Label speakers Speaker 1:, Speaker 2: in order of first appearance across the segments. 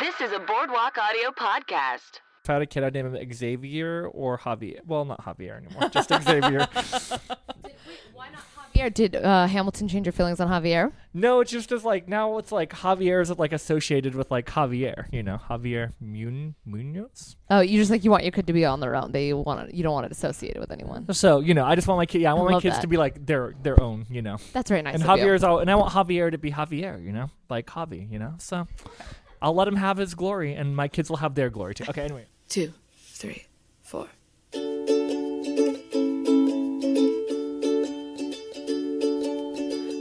Speaker 1: This is a Boardwalk Audio podcast.
Speaker 2: If I had a kid, I'd name him Xavier or Javier. Well, not Javier anymore, just Xavier.
Speaker 3: Why not Javier? Did uh, Hamilton change your feelings on Javier?
Speaker 2: no, it's just, just like now it's like Javier is like associated with like Javier, you know, Javier Mun- Munoz.
Speaker 3: Oh, you just like you want your kid to be on their own. They want to, you don't want it associated with anyone.
Speaker 2: So you know, I just want my kid. Yeah, I want my
Speaker 3: love
Speaker 2: kids
Speaker 3: that.
Speaker 2: to be like their their own, you know.
Speaker 3: That's very nice.
Speaker 2: and
Speaker 3: of you.
Speaker 2: Javier's all, and I want Javier to be Javier, you know, like Javi, you know. So I'll let him have his glory, and my kids will have their glory too. Okay, anyway.
Speaker 4: two, three, four.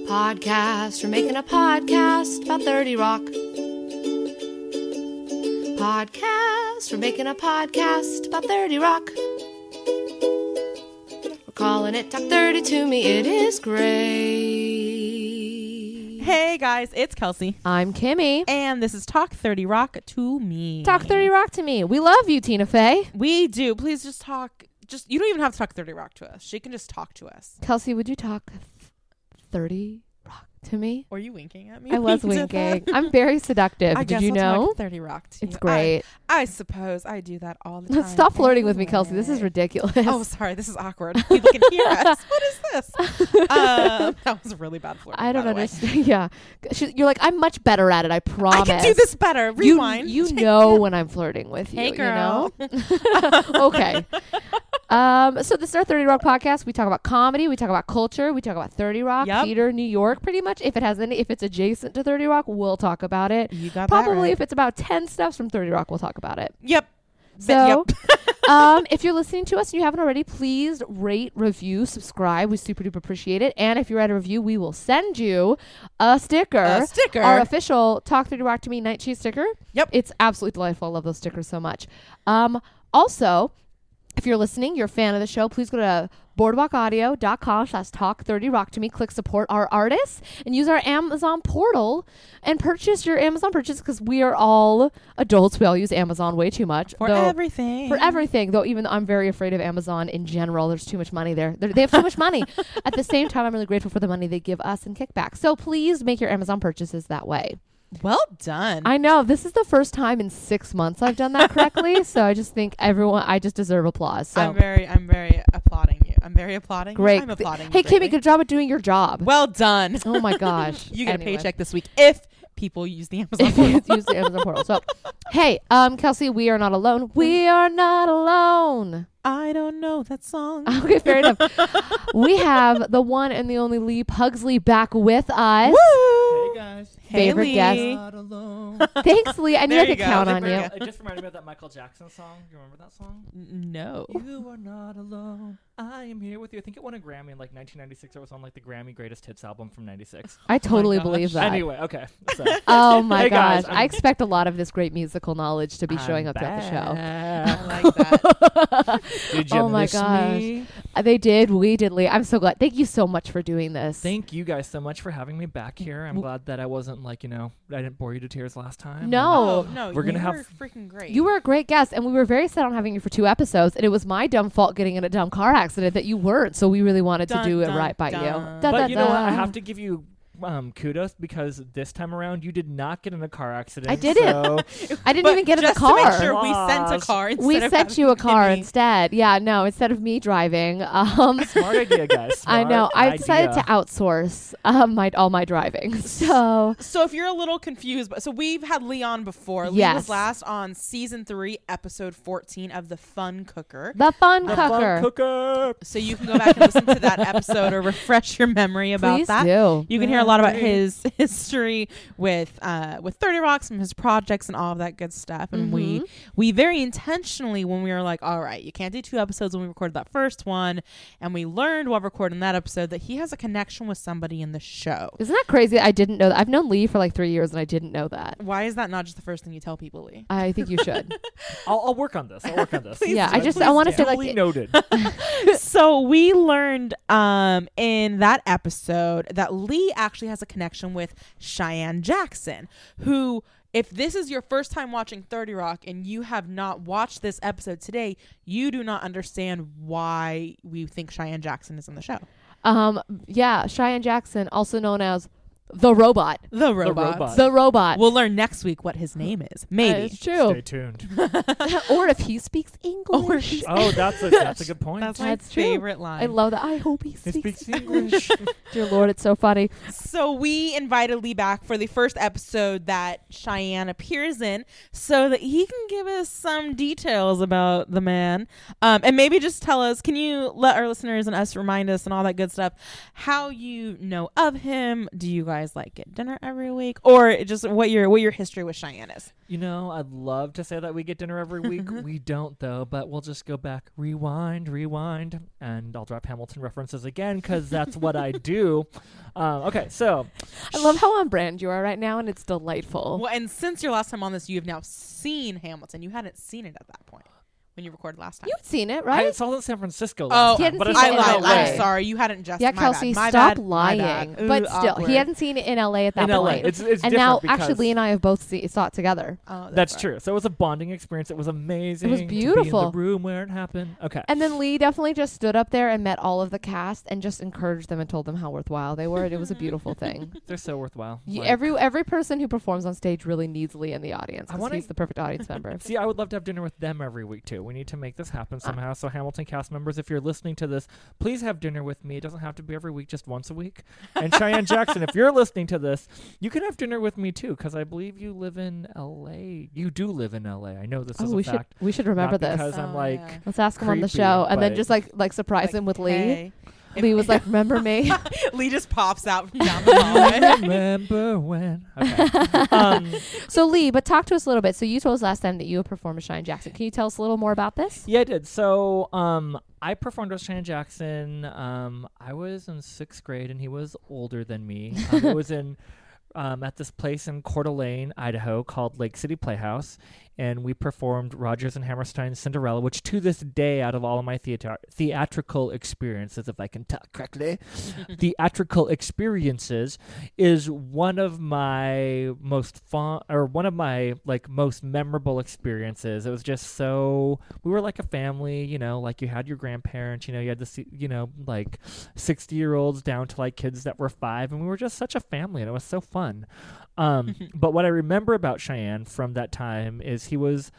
Speaker 4: Podcast. We're making a podcast about 30 Rock. Podcast. We're making a podcast about 30 Rock. We're calling it Talk 30 to Me. It is great.
Speaker 5: Hey guys, it's Kelsey,
Speaker 3: I'm Kimmy.
Speaker 5: and this is Talk 30 Rock to me.
Speaker 3: Talk 30 Rock to me. We love you, Tina Fey.
Speaker 5: We do. Please just talk. Just you don't even have to talk 30 Rock to us. She can just talk to us.
Speaker 3: Kelsey, would you talk 30 Rock to me?
Speaker 5: Were you winking at me?
Speaker 3: I was
Speaker 5: when you did
Speaker 3: winking.
Speaker 5: that?
Speaker 3: I'm very seductive.
Speaker 5: I
Speaker 3: Did
Speaker 5: guess
Speaker 3: you
Speaker 5: I'll
Speaker 3: know?
Speaker 5: Talk 30 Rock to
Speaker 3: It's
Speaker 5: you. I-
Speaker 3: great.
Speaker 5: I, suppose I do that all the time.
Speaker 3: Stop flirting with me, Kelsey. This is
Speaker 5: anyway.
Speaker 3: ridiculous.
Speaker 5: Oh, sorry. This is awkward. People can hear us. What is this? Um, that was a really bad flirt.
Speaker 3: I don't understand. Yeah. She- You're like, I'm much better at it. I promise.
Speaker 5: I can do this better.
Speaker 3: You-
Speaker 5: Rewind.
Speaker 3: You, know when I'm flirting with you.
Speaker 5: Hey,
Speaker 3: you know?
Speaker 5: girl.
Speaker 3: okay. Um, so this is our 30 Rock podcast. We talk about comedy, we talk about culture, we talk about 30 Rock,
Speaker 5: Yep.
Speaker 3: theater, New York, pretty much. If it has any if it's adjacent to 30 Rock, we'll talk about it.
Speaker 5: You got that
Speaker 3: Probably
Speaker 5: right.
Speaker 3: if it's about 10 steps from 30 Rock, we'll talk about it.
Speaker 5: Yep.
Speaker 3: So,
Speaker 5: yep.
Speaker 3: um, if you're listening to us and you haven't already, please rate, review, subscribe. We super duper appreciate it. And if you write a review, we will send you a sticker.
Speaker 5: A sticker.
Speaker 3: Our official Talk Through to Rock to Me Night Cheese sticker.
Speaker 5: Yep.
Speaker 3: It's absolutely delightful. I love those stickers so much. Um, also, if you're listening, you're a fan of the show, please go to boardwalkaudio.com slash talk 30 rock to me click support our artists and use our amazon portal and purchase your amazon purchase because we are all adults we all use amazon way too much
Speaker 5: For
Speaker 3: though-
Speaker 5: everything.
Speaker 3: for everything though even though i'm very afraid of amazon in general there's too much money there They're, they have too much money at the same time i'm really grateful for the money they give us in kickback so please make your amazon purchases that way
Speaker 5: Well done.
Speaker 3: i know this is the first time in six months i've done that correctly so i just think everyone i just deserve applause so
Speaker 5: I'm very, I'm very applauding you. I'm very applauding. you.
Speaker 3: great
Speaker 5: I'm applauding.
Speaker 3: hey
Speaker 5: you
Speaker 3: kimmy
Speaker 5: greatly.
Speaker 3: good job at doing your job
Speaker 5: Well done.
Speaker 3: oh my gosh
Speaker 5: You get
Speaker 3: Anyway.
Speaker 5: a paycheck this week if people use the Amazon
Speaker 3: if you
Speaker 5: portal.
Speaker 3: use the amazon portal so hey um kelsey we are not alone we
Speaker 5: Mm-hmm.
Speaker 3: are not alone
Speaker 5: I don't know that song.
Speaker 3: Okay, fair enough. we have the one and the only Lee Pugsley back with us.
Speaker 5: Woo!
Speaker 2: guys.
Speaker 3: Favorite
Speaker 5: Haley.
Speaker 3: guest. Thanks, Lee. I knew
Speaker 5: There
Speaker 3: I
Speaker 5: you
Speaker 3: could
Speaker 5: go.
Speaker 3: count
Speaker 5: There
Speaker 3: on
Speaker 5: we
Speaker 3: you.
Speaker 5: go.
Speaker 2: It just reminded me of that Michael Jackson song. Do you remember that song?
Speaker 5: No.
Speaker 3: Oh.
Speaker 2: You are not alone. I am here with you. I think it won a Grammy in like 1996. It was on like the Grammy Greatest Hits album from '96.
Speaker 3: I totally
Speaker 5: gosh.
Speaker 3: believe that.
Speaker 2: Oh Anyway, okay. So
Speaker 3: Oh my
Speaker 2: Hey,
Speaker 3: gosh.
Speaker 2: guys,
Speaker 3: I
Speaker 2: I'm-
Speaker 3: expect a lot of this great musical knowledge to be showing
Speaker 2: I'm
Speaker 3: up throughout
Speaker 2: back.
Speaker 5: I like that.
Speaker 2: Did you
Speaker 3: Oh my
Speaker 2: miss
Speaker 3: gosh.
Speaker 2: me?
Speaker 3: the show. They did. We did, Lee. I'm so glad. Thank you so much for doing this.
Speaker 2: Thank you guys so much for having me back here. I'm glad that I wasn't like you know I didn't bore you to tears last time.
Speaker 3: No. Oh,
Speaker 5: no,
Speaker 2: We're gonna
Speaker 5: you
Speaker 2: have-
Speaker 5: were freaking great.
Speaker 3: you were a great guest, and we were very sad on having you for two episodes. And it was my dumb fault getting in a dumb car accident that you weren't. So we really wanted
Speaker 5: Dun,
Speaker 3: to do it
Speaker 5: dun,
Speaker 3: right by you.
Speaker 5: dun.
Speaker 2: but
Speaker 3: Dun, dun,
Speaker 2: you know what? I
Speaker 3: dun.
Speaker 2: have to give you um, kudos because this time around you did not get in a car accident.
Speaker 3: I didn't.
Speaker 2: So
Speaker 3: I didn't
Speaker 5: But
Speaker 3: even get in the
Speaker 5: just to
Speaker 3: car.
Speaker 5: make sure we sent a car. Instead
Speaker 3: we
Speaker 5: of
Speaker 3: sent you a
Speaker 5: having
Speaker 3: car
Speaker 5: Kimmy.
Speaker 3: instead. Yeah, no, instead of me driving. Um,
Speaker 2: smart idea, guys.
Speaker 3: I know.
Speaker 2: Smart
Speaker 3: I decided
Speaker 2: idea.
Speaker 3: to outsource um, my all my driving. So
Speaker 5: So if you're a little confused, but so we've had Leon before. Leon
Speaker 3: Yes.
Speaker 5: was last on season three, episode fourteen of the Fun Cooker.
Speaker 3: the fun
Speaker 2: The fun
Speaker 3: cooker.
Speaker 2: cooker.
Speaker 5: So you can go back and listen to that episode or refresh your memory about
Speaker 3: Please
Speaker 5: that.
Speaker 3: do.
Speaker 5: You can hear a lot about his history with uh, with Thirty Rocks and his projects and all of that good stuff. And we
Speaker 3: Mm-hmm.
Speaker 5: we very intentionally when we were like, all right, you can't do two episodes when we recorded that first one, and we learned while recording that episode that he has a connection with somebody in the show.
Speaker 3: Isn't that crazy? I didn't know that. I've known Lee for like three years and I didn't know that.
Speaker 5: Why is that not just the first thing you tell people, Lee?
Speaker 3: I think you should.
Speaker 2: I'll, I'll work on this. I'll work on this.
Speaker 3: yeah, I just I want to say
Speaker 2: Fully
Speaker 3: like
Speaker 2: noted.
Speaker 5: so we learned um, in that episode that Lee actually has a connection with Cheyenne Jackson, who, if this is your first time watching 30 Rock and you have not watched this episode today, you do not understand why we think Cheyenne Jackson is in the show.
Speaker 3: um yeah, Cheyenne Jackson, also known as the robot.
Speaker 5: The robot.
Speaker 2: robot.
Speaker 3: The robot.
Speaker 5: We'll learn next week what his name is.
Speaker 3: That
Speaker 5: Maybe.
Speaker 3: is true.
Speaker 2: Stay tuned.
Speaker 3: or if he speaks English.
Speaker 5: Or he's-
Speaker 2: Oh, that's a that's a good point.
Speaker 5: That's my
Speaker 3: That's true.
Speaker 5: favorite line.
Speaker 3: I love that. I hope he
Speaker 2: He
Speaker 3: speaks,
Speaker 2: speaks English.
Speaker 3: Dear Lord, it's so funny.
Speaker 5: So we invited Lee back for the first episode that Cheyenne appears in, so that he can give us some details about the man, um, and maybe just tell us. Can you let our listeners and us remind us and all that good stuff? How you know of him? Do you guys like get dinner every week, or just what your what your history with Cheyenne is?
Speaker 2: you know, I'd love to say that we get dinner every week. we don't though, but we'll just go back, rewind, rewind, and I'll drop Hamilton references again because that's what I do. Um, okay, so
Speaker 3: I love how on brand you are right now, and it's delightful.
Speaker 5: Well, and since your last time on this, you have now seen Hamilton. You hadn't seen it at that point when you recorded last time.
Speaker 3: You've seen it,
Speaker 2: I
Speaker 3: right?
Speaker 2: saw it in San Francisco.
Speaker 5: Oh,
Speaker 2: Last time, but
Speaker 3: Hadn't
Speaker 2: it's
Speaker 5: I
Speaker 3: seen it
Speaker 2: not
Speaker 5: lied.
Speaker 3: in LA.
Speaker 5: I'm sorry. You hadn't just.
Speaker 3: yeah,
Speaker 5: my
Speaker 3: Kelsey,
Speaker 5: bad. My
Speaker 3: stop
Speaker 5: bad. My bad.
Speaker 3: lying.
Speaker 5: Ooh,
Speaker 3: But still,
Speaker 5: awkward.
Speaker 3: he hadn't seen it in LA at that
Speaker 2: In LA.
Speaker 3: point.
Speaker 2: It's- it's
Speaker 3: and now,
Speaker 2: different
Speaker 3: actually,
Speaker 2: because-
Speaker 3: Lee and I have both see- saw it together.
Speaker 5: Oh,
Speaker 2: That's
Speaker 5: right.
Speaker 2: true. So it was a bonding experience. It was amazing. to be in
Speaker 3: beautiful.
Speaker 2: the room where it happened. Okay.
Speaker 3: And then Lee definitely just stood up there and met all of the cast and just encouraged them and told them how worthwhile they were. and It was a beautiful thing.
Speaker 2: They're so worthwhile.
Speaker 3: You-
Speaker 2: Like-
Speaker 3: every every person who performs on stage really needs Lee in the audience
Speaker 2: I
Speaker 3: because
Speaker 2: wanna-
Speaker 3: he's the perfect audience member.
Speaker 2: See, I would love to have dinner with them every week too. We need to make this
Speaker 3: Uh,
Speaker 2: happen somehow. So Hamilton cast members, if you're listening to this, please have dinner with me. It doesn't have to be every week, just once a week. And Cheyenne Jackson, if you're listening to this, you can have dinner with me too, because I believe you live in LA. You do live in LA. I know this
Speaker 3: Oh,
Speaker 2: is a
Speaker 3: we should
Speaker 2: fact.
Speaker 3: we should remember
Speaker 2: Not
Speaker 3: this.
Speaker 2: Because I'm
Speaker 5: Oh,
Speaker 2: like
Speaker 5: yeah.
Speaker 3: Let's ask him on the
Speaker 2: creepy,
Speaker 3: show and then
Speaker 2: but-
Speaker 3: just like like surprise him with Lee.
Speaker 5: hey.
Speaker 3: Lee was like, "Remember me?"
Speaker 5: Lee just pops out from down the hallway.
Speaker 2: remember when. Okay. um,
Speaker 3: so Lee, but talk to us a little bit. So you told us last time that you had performed with Shine Jackson. Can you tell us a little more about this?
Speaker 2: Yeah, I did. So um, I performed with Shannon Jackson. Um, I was in sixth grade, and he was older than me. Um, it was in um, at this place in Coeur d'Alene, Idaho, called Lake City Playhouse, and we performed Rogers and Hammerstein's Cinderella, which to this day, out of all of my theater- theatrical experiences, if I can talk correctly, theatrical experiences is one of my most fun or one of my like most memorable experiences. It was just so we were like a family, you know, like you had your grandparents, you know, you had this, you know, like 60 year olds down to like kids that were five, and we were just such a family, and it was so fun. Um, but what I remember about Cheyenne from that time is he was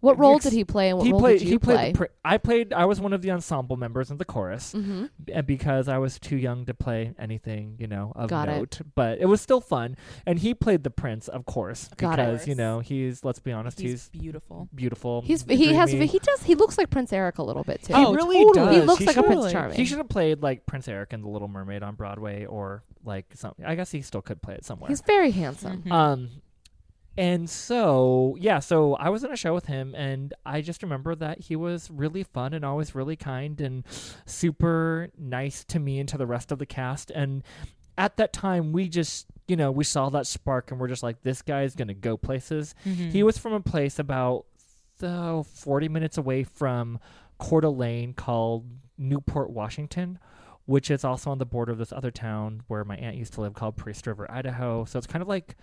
Speaker 3: What role
Speaker 2: Ex-
Speaker 3: did he play and what
Speaker 2: he
Speaker 3: role
Speaker 2: played
Speaker 3: did you
Speaker 2: he
Speaker 3: play?
Speaker 2: played the pr- I played I was one of the ensemble members in the chorus
Speaker 3: mm-hmm.
Speaker 2: uh, because I was too young to play anything, you know, of
Speaker 3: Got it.
Speaker 2: note. But it was still fun, and he played the prince, of course,
Speaker 3: Got it.
Speaker 2: because you know he's let's be honest, he's,
Speaker 5: He's beautiful.
Speaker 2: beautiful.
Speaker 3: He's he has
Speaker 2: dreamy.
Speaker 3: he does he looks like Prince Eric a little bit too.
Speaker 2: He
Speaker 5: Oh,
Speaker 2: really
Speaker 5: totally.
Speaker 2: does.
Speaker 3: he looks
Speaker 2: He
Speaker 3: like a
Speaker 2: should-
Speaker 3: Prince
Speaker 5: totally.
Speaker 3: Charming.
Speaker 2: He should have played like Prince Eric in The Little Mermaid on Broadway, or like something. I guess he still could play it somewhere.
Speaker 3: He's very handsome.
Speaker 2: Um, and so yeah, so I was in a show with him, and I just remember that he was really fun and always really kind and super nice to me and to the rest of the cast. And at that time, we just you know we saw that spark, and we're just like, this guy is gonna go places.
Speaker 3: Mm-hmm.
Speaker 2: He was from a place about so 40 minutes away from Coeur d'Alene called Newport, Washington, which is also on the border of this other town where my aunt used to live called Priest River, Idaho. So it's kind of like,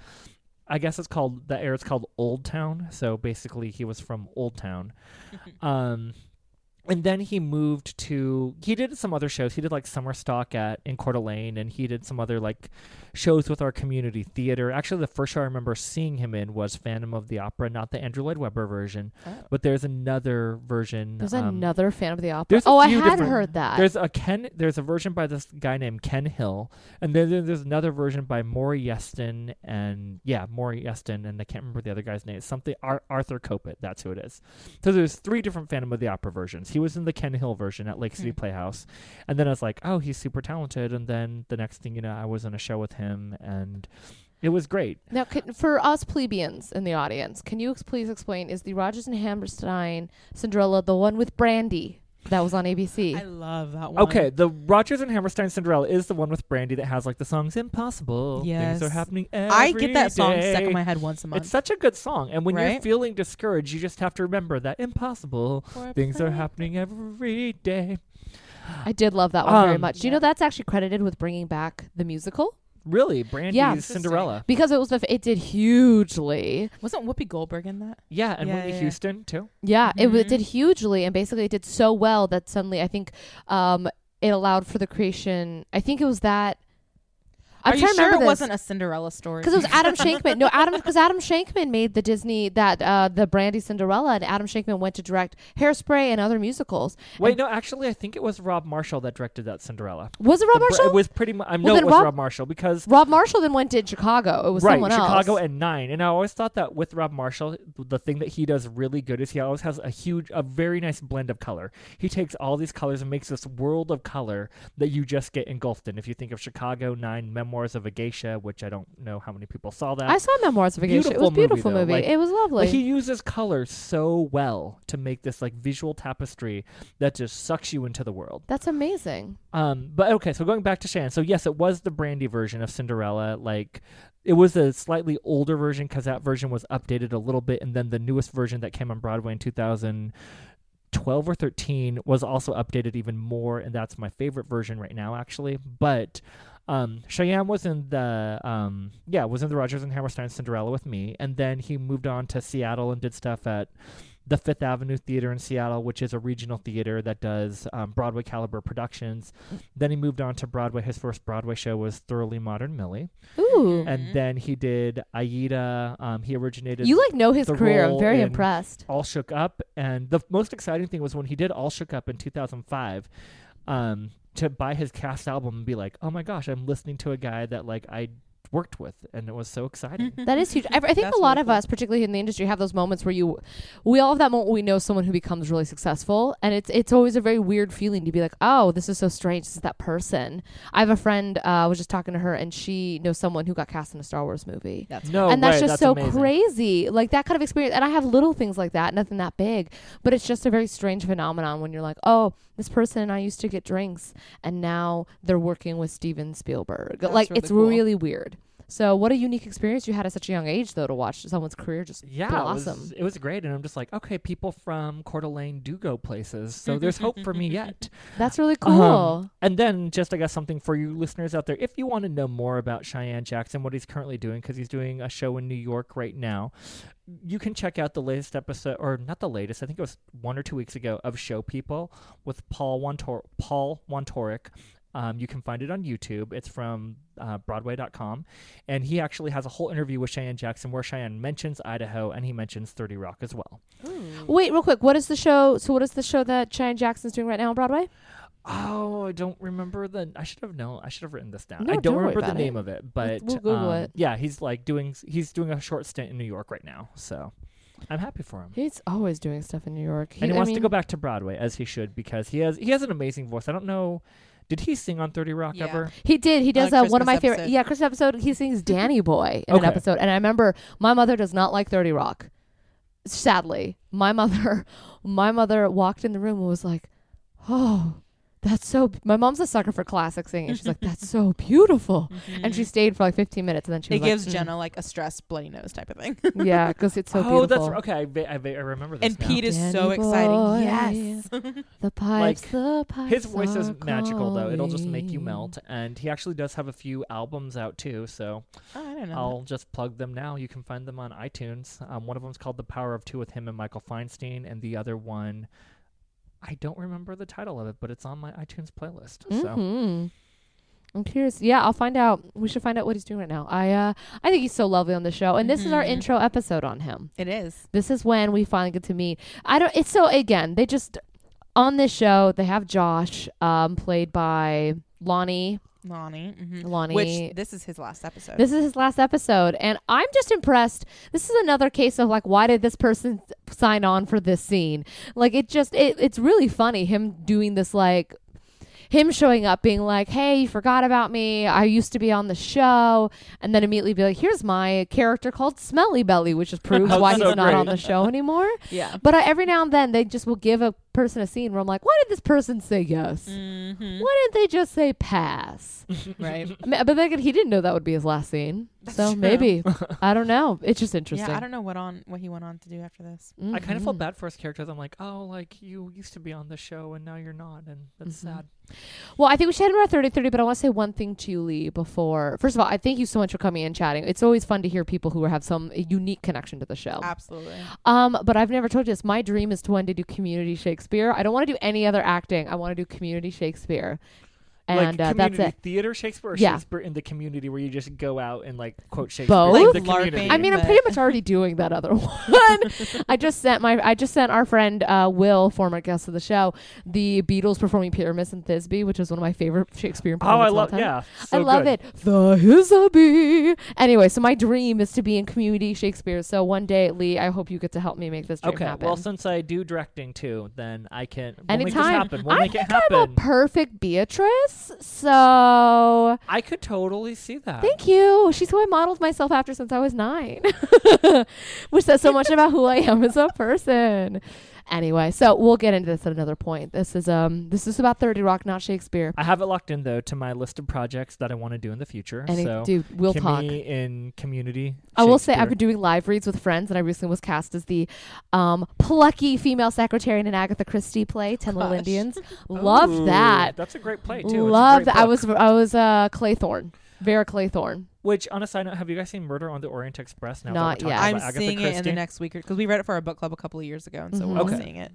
Speaker 2: I guess it's called, the area is called Old Town. So basically, he was from Old Town. um, and then he moved to he did some other shows. He did like summer stock at in Coeur d'Alene and he did some other like shows with our community theater. Actually the first show I remember seeing him in was Phantom of the Opera, not the Andrew Lloyd Webber version. But there's another version.
Speaker 3: Oh. There's
Speaker 2: um,
Speaker 3: another fan of the opera.
Speaker 2: there's a
Speaker 3: Oh, I
Speaker 2: few
Speaker 3: had
Speaker 2: different-
Speaker 3: heard that.
Speaker 2: There's a Ken there's a version by this guy named Ken Hill. And then there- there's another version by Maury Yeston and yeah, Maury Yeston and I can't remember the other guy's name. It's something Ar- Arthur Copet, that's who it is. So there's three different Phantom of the Opera versions. He was in the Ken Hill version at Lake City
Speaker 5: Hmm.
Speaker 2: Playhouse, and then I was like, oh, he's super talented. And then the next thing you know, I was on a show with him, and it was great.
Speaker 3: Now, can, for us plebeians in the audience, can you ex- please explain? Is the Rogers and Hammerstein Cinderella the one with Brandy that was on ABC?
Speaker 5: I love that one.
Speaker 2: Okay, the Rogers and Hammerstein Cinderella is the one with Brandy that has like the songs "Impossible,"
Speaker 5: Yes.
Speaker 2: things are happening.
Speaker 5: I get that
Speaker 2: every
Speaker 5: song stuck
Speaker 2: day."
Speaker 5: in my head once a month.
Speaker 2: It's such a good song, and when you're
Speaker 5: Right?
Speaker 2: feeling discouraged, you just have to remember that impossible
Speaker 5: Or
Speaker 2: things are
Speaker 5: play-
Speaker 2: happening every day.
Speaker 3: I did love that one very
Speaker 2: Um,
Speaker 3: much. Do you know that's actually credited with bringing back the musical
Speaker 2: Really, Brandy's
Speaker 3: Interesting.
Speaker 2: Cinderella.
Speaker 3: because it was the f- it did hugely.
Speaker 5: Wasn't Whoopi Goldberg in that?
Speaker 2: Yeah, and
Speaker 5: Yeah,
Speaker 2: Whitney
Speaker 5: yeah, yeah.
Speaker 2: Houston too.
Speaker 3: Yeah, it w- it did hugely, and basically it did so well that suddenly I think um, it allowed for the creation. I think it was that I'm
Speaker 5: Are you
Speaker 3: trying to
Speaker 5: sure
Speaker 3: remember
Speaker 5: it
Speaker 3: this.
Speaker 5: wasn't a Cinderella story?
Speaker 3: Because it was Adam Shankman. No, Adam. Because Adam Shankman made the Disney that uh, the Brandy Cinderella, and Adam Shankman went to direct Hairspray and other musicals.
Speaker 2: Wait, no, actually, I think it was Rob Marshall that directed that Cinderella.
Speaker 3: Was it Rob
Speaker 2: The br-
Speaker 3: Marshall?
Speaker 2: It was pretty much. I
Speaker 3: Well,
Speaker 2: know it
Speaker 3: then
Speaker 2: was
Speaker 3: Rob-
Speaker 2: Rob Marshall because
Speaker 3: Rob Marshall then went did Chicago. It was
Speaker 2: right,
Speaker 3: someone
Speaker 2: Chicago
Speaker 3: else.
Speaker 2: and Nine. And I always thought that with Rob Marshall, the thing that he does really good is he always has a huge, a very nice blend of color. He takes all these colors and makes this world of color that you just get engulfed in. If you think of Chicago Nine, Memoirs of a Geisha, which I don't know how many people saw that.
Speaker 3: I saw Memoirs of a Geisha. It was a beautiful movie.
Speaker 2: uh, though. Like-
Speaker 3: it was lovely.
Speaker 2: Like he uses color so well to make this like visual tapestry that just sucks you into the world.
Speaker 3: That's amazing.
Speaker 2: Um, but okay, so going back to Shan. So yes, it was the Brandy version of Cinderella. Like it was a slightly older version because that version was updated a little bit, and then the newest version that came on Broadway in 2012 or 13 was also updated even more, and that's my favorite version right now, actually. But um, Cheyenne was in the um, yeah was in the Rogers and Hammerstein Cinderella with me, and then he moved on to Seattle and did stuff at the Fifth Avenue Theater in Seattle, which is a regional theater that does um, Broadway caliber productions. Then he moved on to Broadway. His first Broadway show was Thoroughly Modern Millie,
Speaker 3: Ooh,
Speaker 2: and then he did Aida. Um, he originated
Speaker 3: Mm-hmm. you like know his
Speaker 2: the
Speaker 3: career. I'm
Speaker 2: role
Speaker 3: very
Speaker 2: in-
Speaker 3: impressed.
Speaker 2: All Shook Up, and the f- most exciting thing was when he did All Shook Up in 2005. Um, to buy his cast album and be like, oh my gosh, I'm listening to a guy that like I worked with, and it was so exciting.
Speaker 3: That is huge. I, I think
Speaker 5: That's
Speaker 3: a lot
Speaker 5: really
Speaker 3: of
Speaker 5: cool.
Speaker 3: us, particularly in the industry, have those moments where you, we all have that moment where we know someone who becomes really successful, and it's it's always a very weird feeling to be like, oh, this is so strange. This is that person. I have a friend. uh, I was just talking to her, and she knows someone who got cast in a Star Wars movie.
Speaker 5: That's
Speaker 2: No,
Speaker 3: Mm-hmm. and that's
Speaker 2: way,
Speaker 3: just so
Speaker 2: Oh, amazing.
Speaker 3: crazy. Like that kind of experience. And I have little things like that, nothing that big, but it's just a very strange phenomenon when you're like, oh, this person and I used to get drinks, and now they're working with Steven Spielberg. like
Speaker 5: really
Speaker 3: it's
Speaker 5: cool.
Speaker 3: really weird. So what a unique experience you had at such a young age, though, to watch someone's career just
Speaker 2: yeah,
Speaker 3: blossom.
Speaker 2: It was, it was great, and I'm just like, okay, people from Coeur d'Alene do go places,
Speaker 3: Mm-hmm,
Speaker 2: so there's hope for me yet.
Speaker 3: That's really
Speaker 2: Um,
Speaker 3: cool.
Speaker 2: and then, just I guess something for you listeners out there, if you want to know more about Cheyenne Jackson, what he's currently doing, because he's doing a show in New York right now, you can check out the latest episode, or not the latest, I think it was one or two weeks ago of Show People with Paul Wantor Paul Wantorik. Um, you can find it on YouTube. It's from uh, Broadway.com. And he actually has a whole interview with Cheyenne Jackson where Cheyenne mentions Idaho and he mentions 30 Rock as well.
Speaker 3: Wait, real quick, what is the show? So what is the show that Cheyenne Jackson's doing right now on Broadway?
Speaker 2: Oh, I don't remember the. I should have known. I should have written this down.
Speaker 3: No,
Speaker 2: I
Speaker 3: don't
Speaker 2: don't
Speaker 3: worry
Speaker 2: remember the
Speaker 3: about it.
Speaker 2: name of it, but
Speaker 3: we'll Google
Speaker 2: um,
Speaker 3: it.
Speaker 2: yeah, he's like doing. He's doing a short stint in New York right now, so I'm happy for him.
Speaker 3: He's always doing stuff in New York.
Speaker 2: and he
Speaker 3: I
Speaker 2: wants to
Speaker 3: mean-
Speaker 2: go back to Broadway as he should because he has he has an amazing voice. I don't know. Did he sing on Thirty Rock
Speaker 5: Yeah.
Speaker 2: ever?
Speaker 3: He did. He does uh,
Speaker 5: a
Speaker 3: one of
Speaker 5: Christmas
Speaker 3: my favorite.
Speaker 5: episode.
Speaker 3: Yeah, Christmas episode. He sings Danny Boy in an
Speaker 2: Okay.
Speaker 3: episode, and I remember my mother does not like Thirty Rock. Sadly, my mother, my mother walked in the room and was like, "Oh, that's so." b-" My mom's a sucker for classic singing. She's like, "That's so beautiful," and she stayed for like 15 minutes, and then she
Speaker 5: It
Speaker 3: was like,
Speaker 5: gives
Speaker 3: "Mm,
Speaker 5: Jenna like a stressed bloody nose type of thing.
Speaker 3: yeah, because it's so
Speaker 2: oh,
Speaker 3: beautiful.
Speaker 2: that's r- okay. I, va- I, va- I remember this.
Speaker 5: and
Speaker 2: now.
Speaker 5: Pete is so
Speaker 3: Danny boy.
Speaker 5: excited. Yes.
Speaker 3: the pipes,
Speaker 2: like,
Speaker 3: the pipes.
Speaker 2: His voice is
Speaker 3: are
Speaker 2: magical though. It'll just make you
Speaker 3: calling.
Speaker 2: melt. And he actually does have a few albums out too. So
Speaker 5: Oh, I don't know.
Speaker 2: I'll just plug them now. You can find them on iTunes. Um, one of them's called The Power of Two with him and Michael Feinstein, and the other one, I don't remember the title of it, but it's on my iTunes playlist. So
Speaker 3: Mhm. I'm curious. Yeah, I'll find out. We should find out what he's doing right now. I uh, I think he's so lovely on the show, and this is our
Speaker 5: Mhm.
Speaker 3: intro episode on him.
Speaker 5: it is.
Speaker 3: This is when we finally get to meet. I don't. It's so again. They just on this show they have Josh, um, played by Lonnie.
Speaker 5: Lonnie. mhm.
Speaker 3: Lonnie.
Speaker 5: Which this is his last episode.
Speaker 3: this is his last episode, and I'm just impressed. This is another case of like, why did this person sign on for this scene? Like, it just it, it's really funny him doing this like him showing up being like, "Hey, you forgot about me. I used to be on the show," and then immediately be like, "Here's my character called Smelly Belly," which just proves
Speaker 2: That's
Speaker 3: why
Speaker 2: so
Speaker 3: he's not
Speaker 2: great.
Speaker 3: on the show anymore.
Speaker 5: yeah.
Speaker 3: But I, every now and then, they just will give a person a scene where I'm like, "Why did this person say yes?
Speaker 5: Mm-hmm.
Speaker 3: Why didn't they just say pass?"
Speaker 5: Right.
Speaker 3: I mean, but then again, he didn't know that would be his last scene.
Speaker 5: That's
Speaker 3: so
Speaker 5: true.
Speaker 3: maybe I don't know. It's just interesting.
Speaker 5: Yeah, I don't know what on what he went on to do after this.
Speaker 3: Mm-hmm.
Speaker 2: I kind of felt bad for his characters. I'm like, oh, like you used to be on the show and now you're not, and that's
Speaker 3: Mm-hmm.
Speaker 2: sad.
Speaker 3: Well, I think we should head into our 30 30, but I want to say one thing to you, Lee, before. First of all, I thank you so much for coming and chatting. It's always fun to hear people who have some unique connection to the show.
Speaker 5: Absolutely.
Speaker 3: Um, but I've never told you this. My dream is to one day do community Shakespeare. I don't want to do any other acting. I want to do community Shakespeare. and
Speaker 2: like
Speaker 3: uh, that's
Speaker 2: community
Speaker 3: it.
Speaker 2: theater Shakespeare or
Speaker 3: Yeah.
Speaker 2: Shakespeare in the community where you just go out and like quote Shakespeare.
Speaker 3: Both?
Speaker 2: Like, the
Speaker 5: Like
Speaker 2: community.
Speaker 5: LARPing.
Speaker 3: I mean, I'm pretty much already doing that other one. I just sent my, I just sent our friend uh, Will, former guest of the show, the Beatles performing Pyramus and Thisbe, which was one of my favorite Shakespearean.
Speaker 2: Oh, I
Speaker 3: performances of all
Speaker 2: love
Speaker 3: time.
Speaker 2: yeah.
Speaker 3: I
Speaker 2: so
Speaker 3: love
Speaker 2: good.
Speaker 3: it. The is a bee. Anyway, so my dream is to be in community Shakespeare. So one day, Lee, I hope you get to help me make this dream
Speaker 2: Okay,
Speaker 3: happen.
Speaker 2: well, since I do directing too, then I can. We'll make
Speaker 3: Anytime.
Speaker 2: this happen. We'll
Speaker 3: I
Speaker 2: make
Speaker 3: think
Speaker 2: it happen.
Speaker 3: I'm a perfect Beatrice. So
Speaker 2: I could totally see that.
Speaker 3: thank you. She's who I modeled myself after since I was nine, which says so much about who I am as a person. Anyway, so we'll get into this at another point. This is um, this is about Thirty Rock, not Shakespeare.
Speaker 2: I have it locked in though to my list of projects that I want to do in the future.
Speaker 3: And it-
Speaker 2: so
Speaker 3: dude, we'll
Speaker 2: Kimmy
Speaker 3: talk.
Speaker 2: in community.
Speaker 3: I will say I've been
Speaker 2: Shakespeare.
Speaker 3: doing live reads with friends, and I recently was cast as the um, plucky female secretary in an Agatha Christie play, Ten Little
Speaker 5: Gosh.
Speaker 3: Indians. Loved
Speaker 2: Oh Ooh,
Speaker 3: that.
Speaker 2: That's a great play too. It's a
Speaker 3: Loved.
Speaker 2: great
Speaker 3: I
Speaker 2: book.
Speaker 3: was I was uh, Claythorne, Vera Claythorne.
Speaker 2: Which on a side note, have you guys seen Murder on the Orient Express? Now that we're
Speaker 3: Not
Speaker 2: talking
Speaker 3: yet.
Speaker 2: about
Speaker 5: I'm
Speaker 2: Agatha
Speaker 5: seeing it in
Speaker 2: Christie?
Speaker 5: the next week because we read it for our book club a couple of years ago, and so we're
Speaker 3: Mhm.
Speaker 2: Okay.
Speaker 5: seeing it.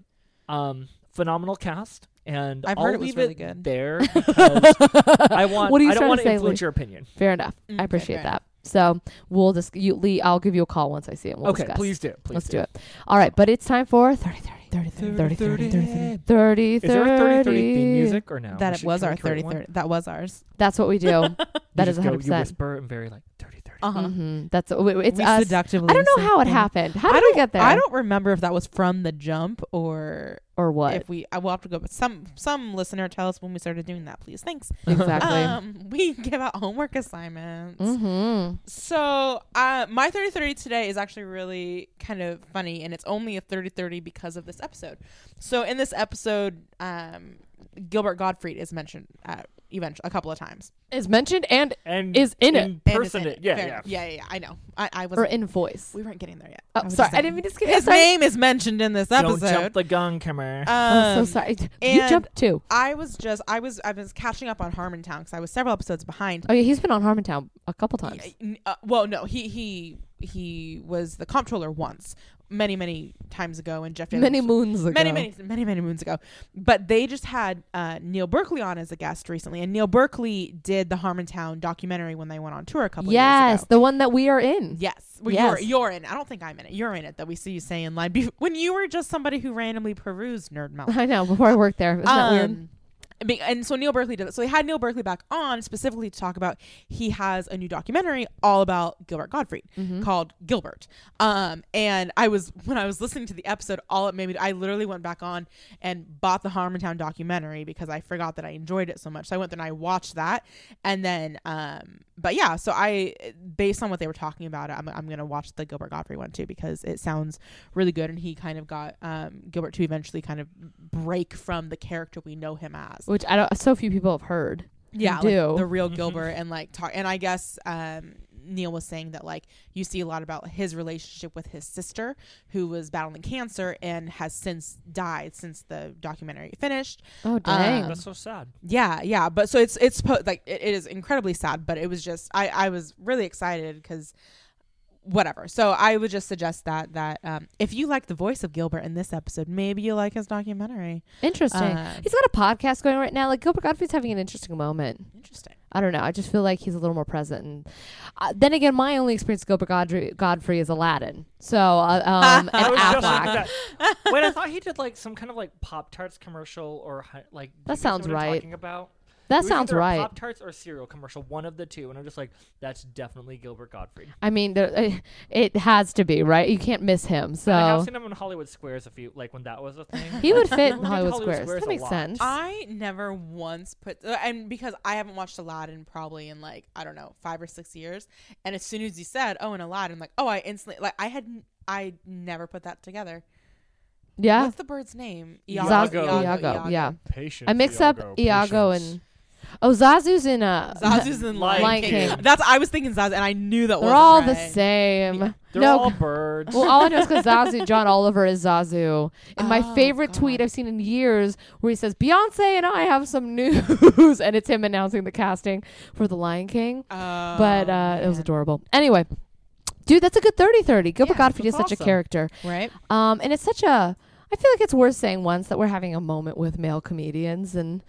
Speaker 2: um, phenomenal cast, and
Speaker 5: I've
Speaker 2: will
Speaker 5: heard it was
Speaker 2: leave
Speaker 5: really good.
Speaker 2: there because Oh, I want.
Speaker 3: What are you
Speaker 2: I
Speaker 3: trying
Speaker 2: don't want
Speaker 3: to
Speaker 2: to
Speaker 3: say,
Speaker 2: influence
Speaker 3: Lee?
Speaker 2: your opinion.
Speaker 3: Fair enough.
Speaker 5: Mm,
Speaker 3: I
Speaker 2: Mm-hmm.
Speaker 5: okay,
Speaker 3: appreciate
Speaker 5: fair
Speaker 3: that. So we'll just you Lee. I'll give you a call once I see it. and We'll
Speaker 2: okay,
Speaker 3: discuss.
Speaker 2: please do. Please
Speaker 3: Let's
Speaker 2: do.
Speaker 3: do it. All right, but it's time for 30 30 30 30 30 30 30
Speaker 2: Is there a 30 30 theme music or no?
Speaker 5: that
Speaker 2: We
Speaker 5: it
Speaker 2: should-
Speaker 5: was
Speaker 2: can
Speaker 5: our
Speaker 2: we create
Speaker 5: 30
Speaker 2: one?
Speaker 5: 30 that was ours
Speaker 3: That's what we do.
Speaker 2: You
Speaker 3: That
Speaker 2: just
Speaker 3: is
Speaker 2: go,
Speaker 3: 100%.
Speaker 2: You whisper and very like 30 30.
Speaker 5: uh-huh
Speaker 3: hmm That's w- w- it's
Speaker 5: We
Speaker 3: us.
Speaker 5: seductively
Speaker 3: I don't know
Speaker 5: said
Speaker 3: how it
Speaker 5: thing.
Speaker 3: happened. How
Speaker 5: I
Speaker 3: did
Speaker 5: don't
Speaker 3: we get there?
Speaker 5: i don't remember if that was from the jump or
Speaker 3: or what?
Speaker 5: if we i will have to go but some some listener tell us when we started doing that please thanks
Speaker 3: Exactly.
Speaker 5: um we give out homework assignments
Speaker 3: mm-hmm.
Speaker 5: so uh my 30 30 today is actually really kind of funny and it's only a 30 30 because of this episode so in this episode um gilbert gottfried is mentioned uh, eventually a couple of times
Speaker 3: Is mentioned and
Speaker 2: And
Speaker 3: Is in it.
Speaker 5: And it's in
Speaker 2: person it. Yeah,
Speaker 5: Fair.
Speaker 2: yeah.
Speaker 5: yeah yeah yeah i know i, I was
Speaker 3: or in voice.
Speaker 5: we weren't getting there yet
Speaker 3: Oh,
Speaker 5: was
Speaker 3: sorry.
Speaker 5: just
Speaker 3: I
Speaker 5: saying.
Speaker 3: didn't mean to skip
Speaker 5: His
Speaker 3: sorry.
Speaker 5: name is mentioned in this episode.
Speaker 2: Don't jump the gun, Kimmer.
Speaker 5: Um,
Speaker 3: I'm so sorry. You
Speaker 5: and-
Speaker 3: jumped too.
Speaker 5: I was just, I was, I was catching up on Harmontown because I was several episodes behind.
Speaker 3: Oh yeah, he's been on Harmontown a couple times.
Speaker 5: Uh, well, no, he he he was the comptroller once, many many times ago, and Jeff Daniels
Speaker 3: Many
Speaker 5: was-
Speaker 3: moons ago.
Speaker 5: many many many many moons ago. But they just had uh, Neil Berkeley on as a guest recently, and Neil Berkeley did the Harmontown documentary when they went on tour a couple years
Speaker 3: Yes,
Speaker 5: ago.
Speaker 3: the one that we are in.
Speaker 5: Yes. Well,
Speaker 3: Yes.
Speaker 5: You're, you're in. I don't think I'm in it. You're in it that we see you say in line bef- when you were just somebody who randomly perused Nerd Mouth.
Speaker 3: I know. Before I worked there, isn't that weird?
Speaker 5: Um, be- And so Neil Berkeley did it. So they had Neil Berkeley back on specifically to talk about he has a new documentary all about Gilbert Gottfried called Gilbert. Um, and I was when I was listening to the episode, all it made me I literally went back on and bought the Harmontown documentary because I forgot that I enjoyed it so much. So I went there and I watched that, and then um, but yeah, so I based on what they were talking about, I'm I'm gonna watch the Gilbert Gottfried one too because it sounds really good, and he kind of got um Gilbert to eventually kind of break from the character we know him as.
Speaker 3: Which I don't. So few people have heard.
Speaker 5: Yeah, like,
Speaker 3: do.
Speaker 5: the real Gilbert and like talk. And I guess um, Neil was saying that like you see a lot about his relationship with his sister, who was battling cancer and has since died since the documentary finished.
Speaker 3: Oh dang.
Speaker 5: Um,
Speaker 2: That's so sad.
Speaker 5: Yeah, yeah, but so it's it's po- like it, it is incredibly sad, but it was just I I was really excited because whatever. So I would just suggest that that um, if you like the voice of Gilbert in this episode, maybe you like his documentary.
Speaker 3: Interesting.
Speaker 5: Uh,
Speaker 3: he's got a podcast going right now. Like Gilbert Gottfried's having an interesting moment.
Speaker 5: Interesting.
Speaker 3: I don't know. I just feel like he's a little more present. And uh, then again, my only experience with Gilbert Godfrey, Godfrey is Aladdin. So uh, um,
Speaker 2: I
Speaker 3: and
Speaker 2: was just
Speaker 3: Affleck.
Speaker 2: thinking that. Wait, I thought he did like some kind of like Pop Tarts commercial or hi- like. do you
Speaker 3: That
Speaker 2: guys know
Speaker 3: sounds
Speaker 2: what I'm
Speaker 3: right.
Speaker 2: Talking about
Speaker 3: That sounds right.
Speaker 2: Pop Tarts or cereal commercial, one of the two, and I'm just like, that's definitely Gilbert Gottfried.
Speaker 3: I mean, there, uh, it has to be right. You can't miss him.
Speaker 2: And I have
Speaker 3: So
Speaker 2: seen him in Hollywood Squares a few, like when that was a thing.
Speaker 3: he would
Speaker 2: Like,
Speaker 3: fit
Speaker 2: he
Speaker 3: in
Speaker 2: was
Speaker 3: Hollywood Squares.
Speaker 2: Squares
Speaker 3: That
Speaker 2: a
Speaker 3: makes
Speaker 2: lot.
Speaker 3: sense.
Speaker 5: I never once put, uh, and because I haven't watched Aladdin probably in like I don't know five or six years, and as soon as you said, "Oh, and Aladdin," like, oh, I instantly like I had n- I never put that together.
Speaker 3: yeah,
Speaker 5: What's the bird's name?
Speaker 2: Zazu.
Speaker 3: Iago. Yeah,
Speaker 2: Patience,
Speaker 3: I mix up Iago and oh Zazu's in uh
Speaker 5: Zazu's in Lion,
Speaker 2: Lion
Speaker 5: King.
Speaker 2: King.
Speaker 5: That's I was thinking Zazu, and I knew that
Speaker 3: They're
Speaker 5: wasn't
Speaker 3: all the
Speaker 5: right.
Speaker 3: same.
Speaker 5: Yeah.
Speaker 2: They're
Speaker 3: no,
Speaker 2: all birds.
Speaker 3: Well, all I know is because Zazu, John Oliver is Zazu. And my
Speaker 5: Oh,
Speaker 3: favorite
Speaker 5: God.
Speaker 3: tweet I've seen in years where he says, Beyonce and I have some news. and it's him announcing the casting for The Lion King.
Speaker 5: Oh,
Speaker 3: but uh, it was
Speaker 5: man.
Speaker 3: adorable. Anyway, dude, that's a good 30 30. Gilbert
Speaker 5: Yeah,
Speaker 3: Gottfried is
Speaker 2: that's
Speaker 3: such a
Speaker 2: awesome.
Speaker 3: character.
Speaker 5: right.
Speaker 3: Um, and it's such a. I feel like it's worth saying once that we're having a moment with male comedians. And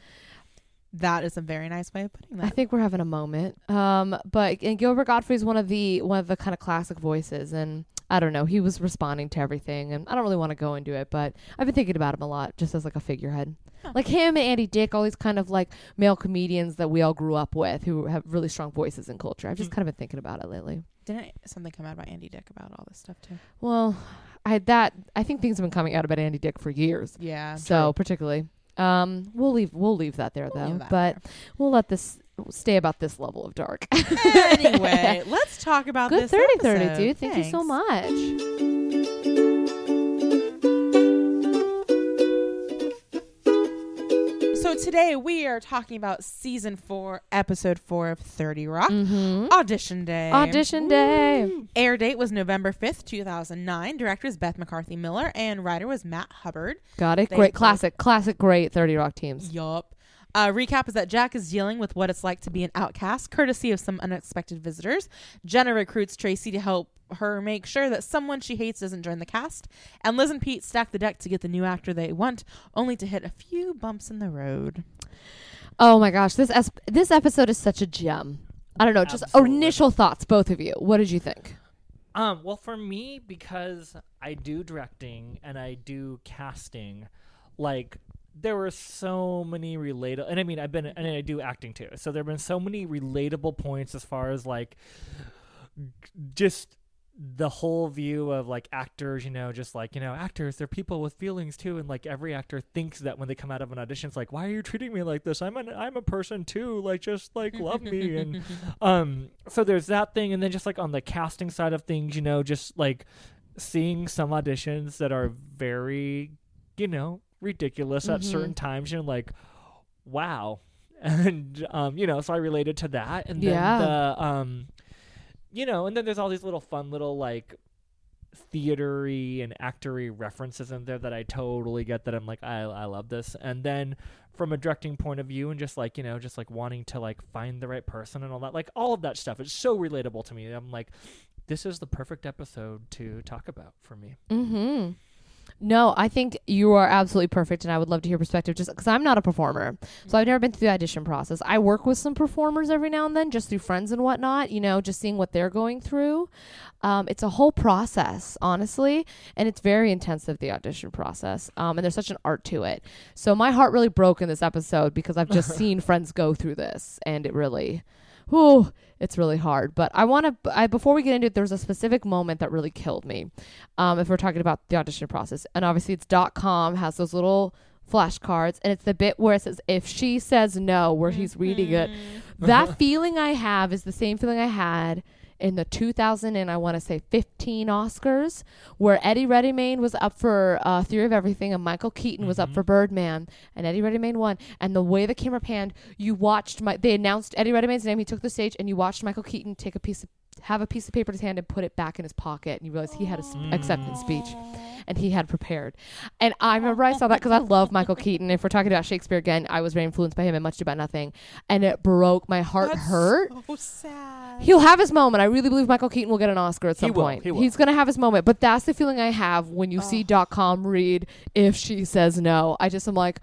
Speaker 5: That is a very nice way of putting
Speaker 3: I
Speaker 5: that.
Speaker 3: think we're having a moment. Um, but and Gilbert Godfrey's one of the one of the kind of classic voices, and I don't know, he was responding to everything, and I don't really want to go into it, but I've been thinking about him a lot, just as like a figurehead, like him and Andy Dick, all these kind of like male comedians that we all grew up with who have really strong voices in culture. I've
Speaker 5: Mm.
Speaker 3: just kind of been thinking about it lately.
Speaker 5: Didn't something come out about Andy Dick about all this stuff too?
Speaker 3: Well, I that I think things have been coming out about Andy Dick for years.
Speaker 5: Yeah.
Speaker 3: so particularly, um, we'll leave we'll leave that there
Speaker 5: We'll
Speaker 3: though,
Speaker 5: leave that
Speaker 3: but we'll let this stay about this level of dark.
Speaker 5: anyway, let's talk about
Speaker 3: Good
Speaker 5: this
Speaker 3: 30 30,
Speaker 5: episode.
Speaker 3: dude. Thank you so
Speaker 5: Thanks.
Speaker 3: much.
Speaker 5: So today we are talking about season four, episode four of Thirty Rock.
Speaker 3: Mm-hmm.
Speaker 5: Audition day.
Speaker 3: Audition day.
Speaker 5: Air date was November 5th, 2009. Director is Beth McCarthy Miller and writer was Matt Hubbard.
Speaker 3: Got it.
Speaker 5: They
Speaker 3: Great.
Speaker 5: both-
Speaker 3: Classic. Classic. Great 30 Rock teams.
Speaker 5: Yup. Uh, recap is that Jack is dealing with what it's like to be an outcast, courtesy of some unexpected visitors. Jenna recruits Tracy to help her make sure that someone she hates doesn't join the cast. And Liz and Pete stack the deck to get the new actor they want, only to hit a few bumps in the road.
Speaker 3: Oh my gosh. This es- this episode is such a gem. I don't know. Just
Speaker 2: Absolutely.
Speaker 3: initial thoughts, both of you. What did you think?
Speaker 2: Um, well, for me, because I do directing and I do casting, like there were so many relatable, and I mean, I've been and I do acting too. So there have been so many relatable points as far as like just the whole view of like actors, you know, just like, you know, actors, they're people with feelings too. And like every actor thinks that when they come out of an audition, it's like, why are you treating me like this? I'm an, I'm a person too. Like, just like love me. And, um, so there's that thing. And then just like on the casting side of things, you know, just like seeing some auditions that are very, you know, ridiculous at certain times. You're like, wow. And, um, you know, so I related to that. And then
Speaker 3: Yeah.
Speaker 2: the, um, you know, and then there's all these little fun little like theatery and actory references in there that I totally get that I'm like I I love this. And then from a directing point of view and just like, you know, just like wanting to like find the right person and all that, like all of that stuff. It's so relatable to me. I'm like this is the perfect episode to talk about for me.
Speaker 3: Mm-hmm. No, I think you are absolutely perfect, and I would love to hear perspective just because I'm not a performer. So I've never been through the audition process. I work with some performers every now and then, just through friends and whatnot, you know, just seeing what they're going through. Um, it's a whole process, honestly, and it's very intensive, the audition process. Um, and there's such an art to it. So my heart really broke in this episode because I've just seen friends go through this, and it really. Whew, it's really hard. But I want to, I, before we get into it, there was a specific moment that really killed me. Um, if we're talking about the audition process, and obviously it's dot com has those little flashcards, and it's the bit where it says if she says no, where he's reading it. That feeling I have is the same feeling I had in the 2000 and I want to say 15 Oscars, where Eddie Redmayne was up for uh, Theory of Everything and Michael Keaton was up for Birdman, and Eddie Redmayne won. And the way the camera panned, you watched my. They announced Eddie Redmayne's name. He took the stage, and you watched Michael Keaton take a piece of have a piece of paper in his hand and put it back in his pocket, and you realize he had an acceptance speech, and he had prepared. And I remember I saw that because I love Michael Keaton. If we're talking about Shakespeare again, I was very influenced by him and Much Ado About Nothing, and it broke my heart. hurt.
Speaker 5: Oh, sad.
Speaker 3: He'll have his moment. I really believe Michael Keaton will get an Oscar at some
Speaker 2: will.
Speaker 3: point.
Speaker 2: He will.
Speaker 3: He's going to have his moment. But that's the feeling I have when you see dot com read if she says no. I just am like,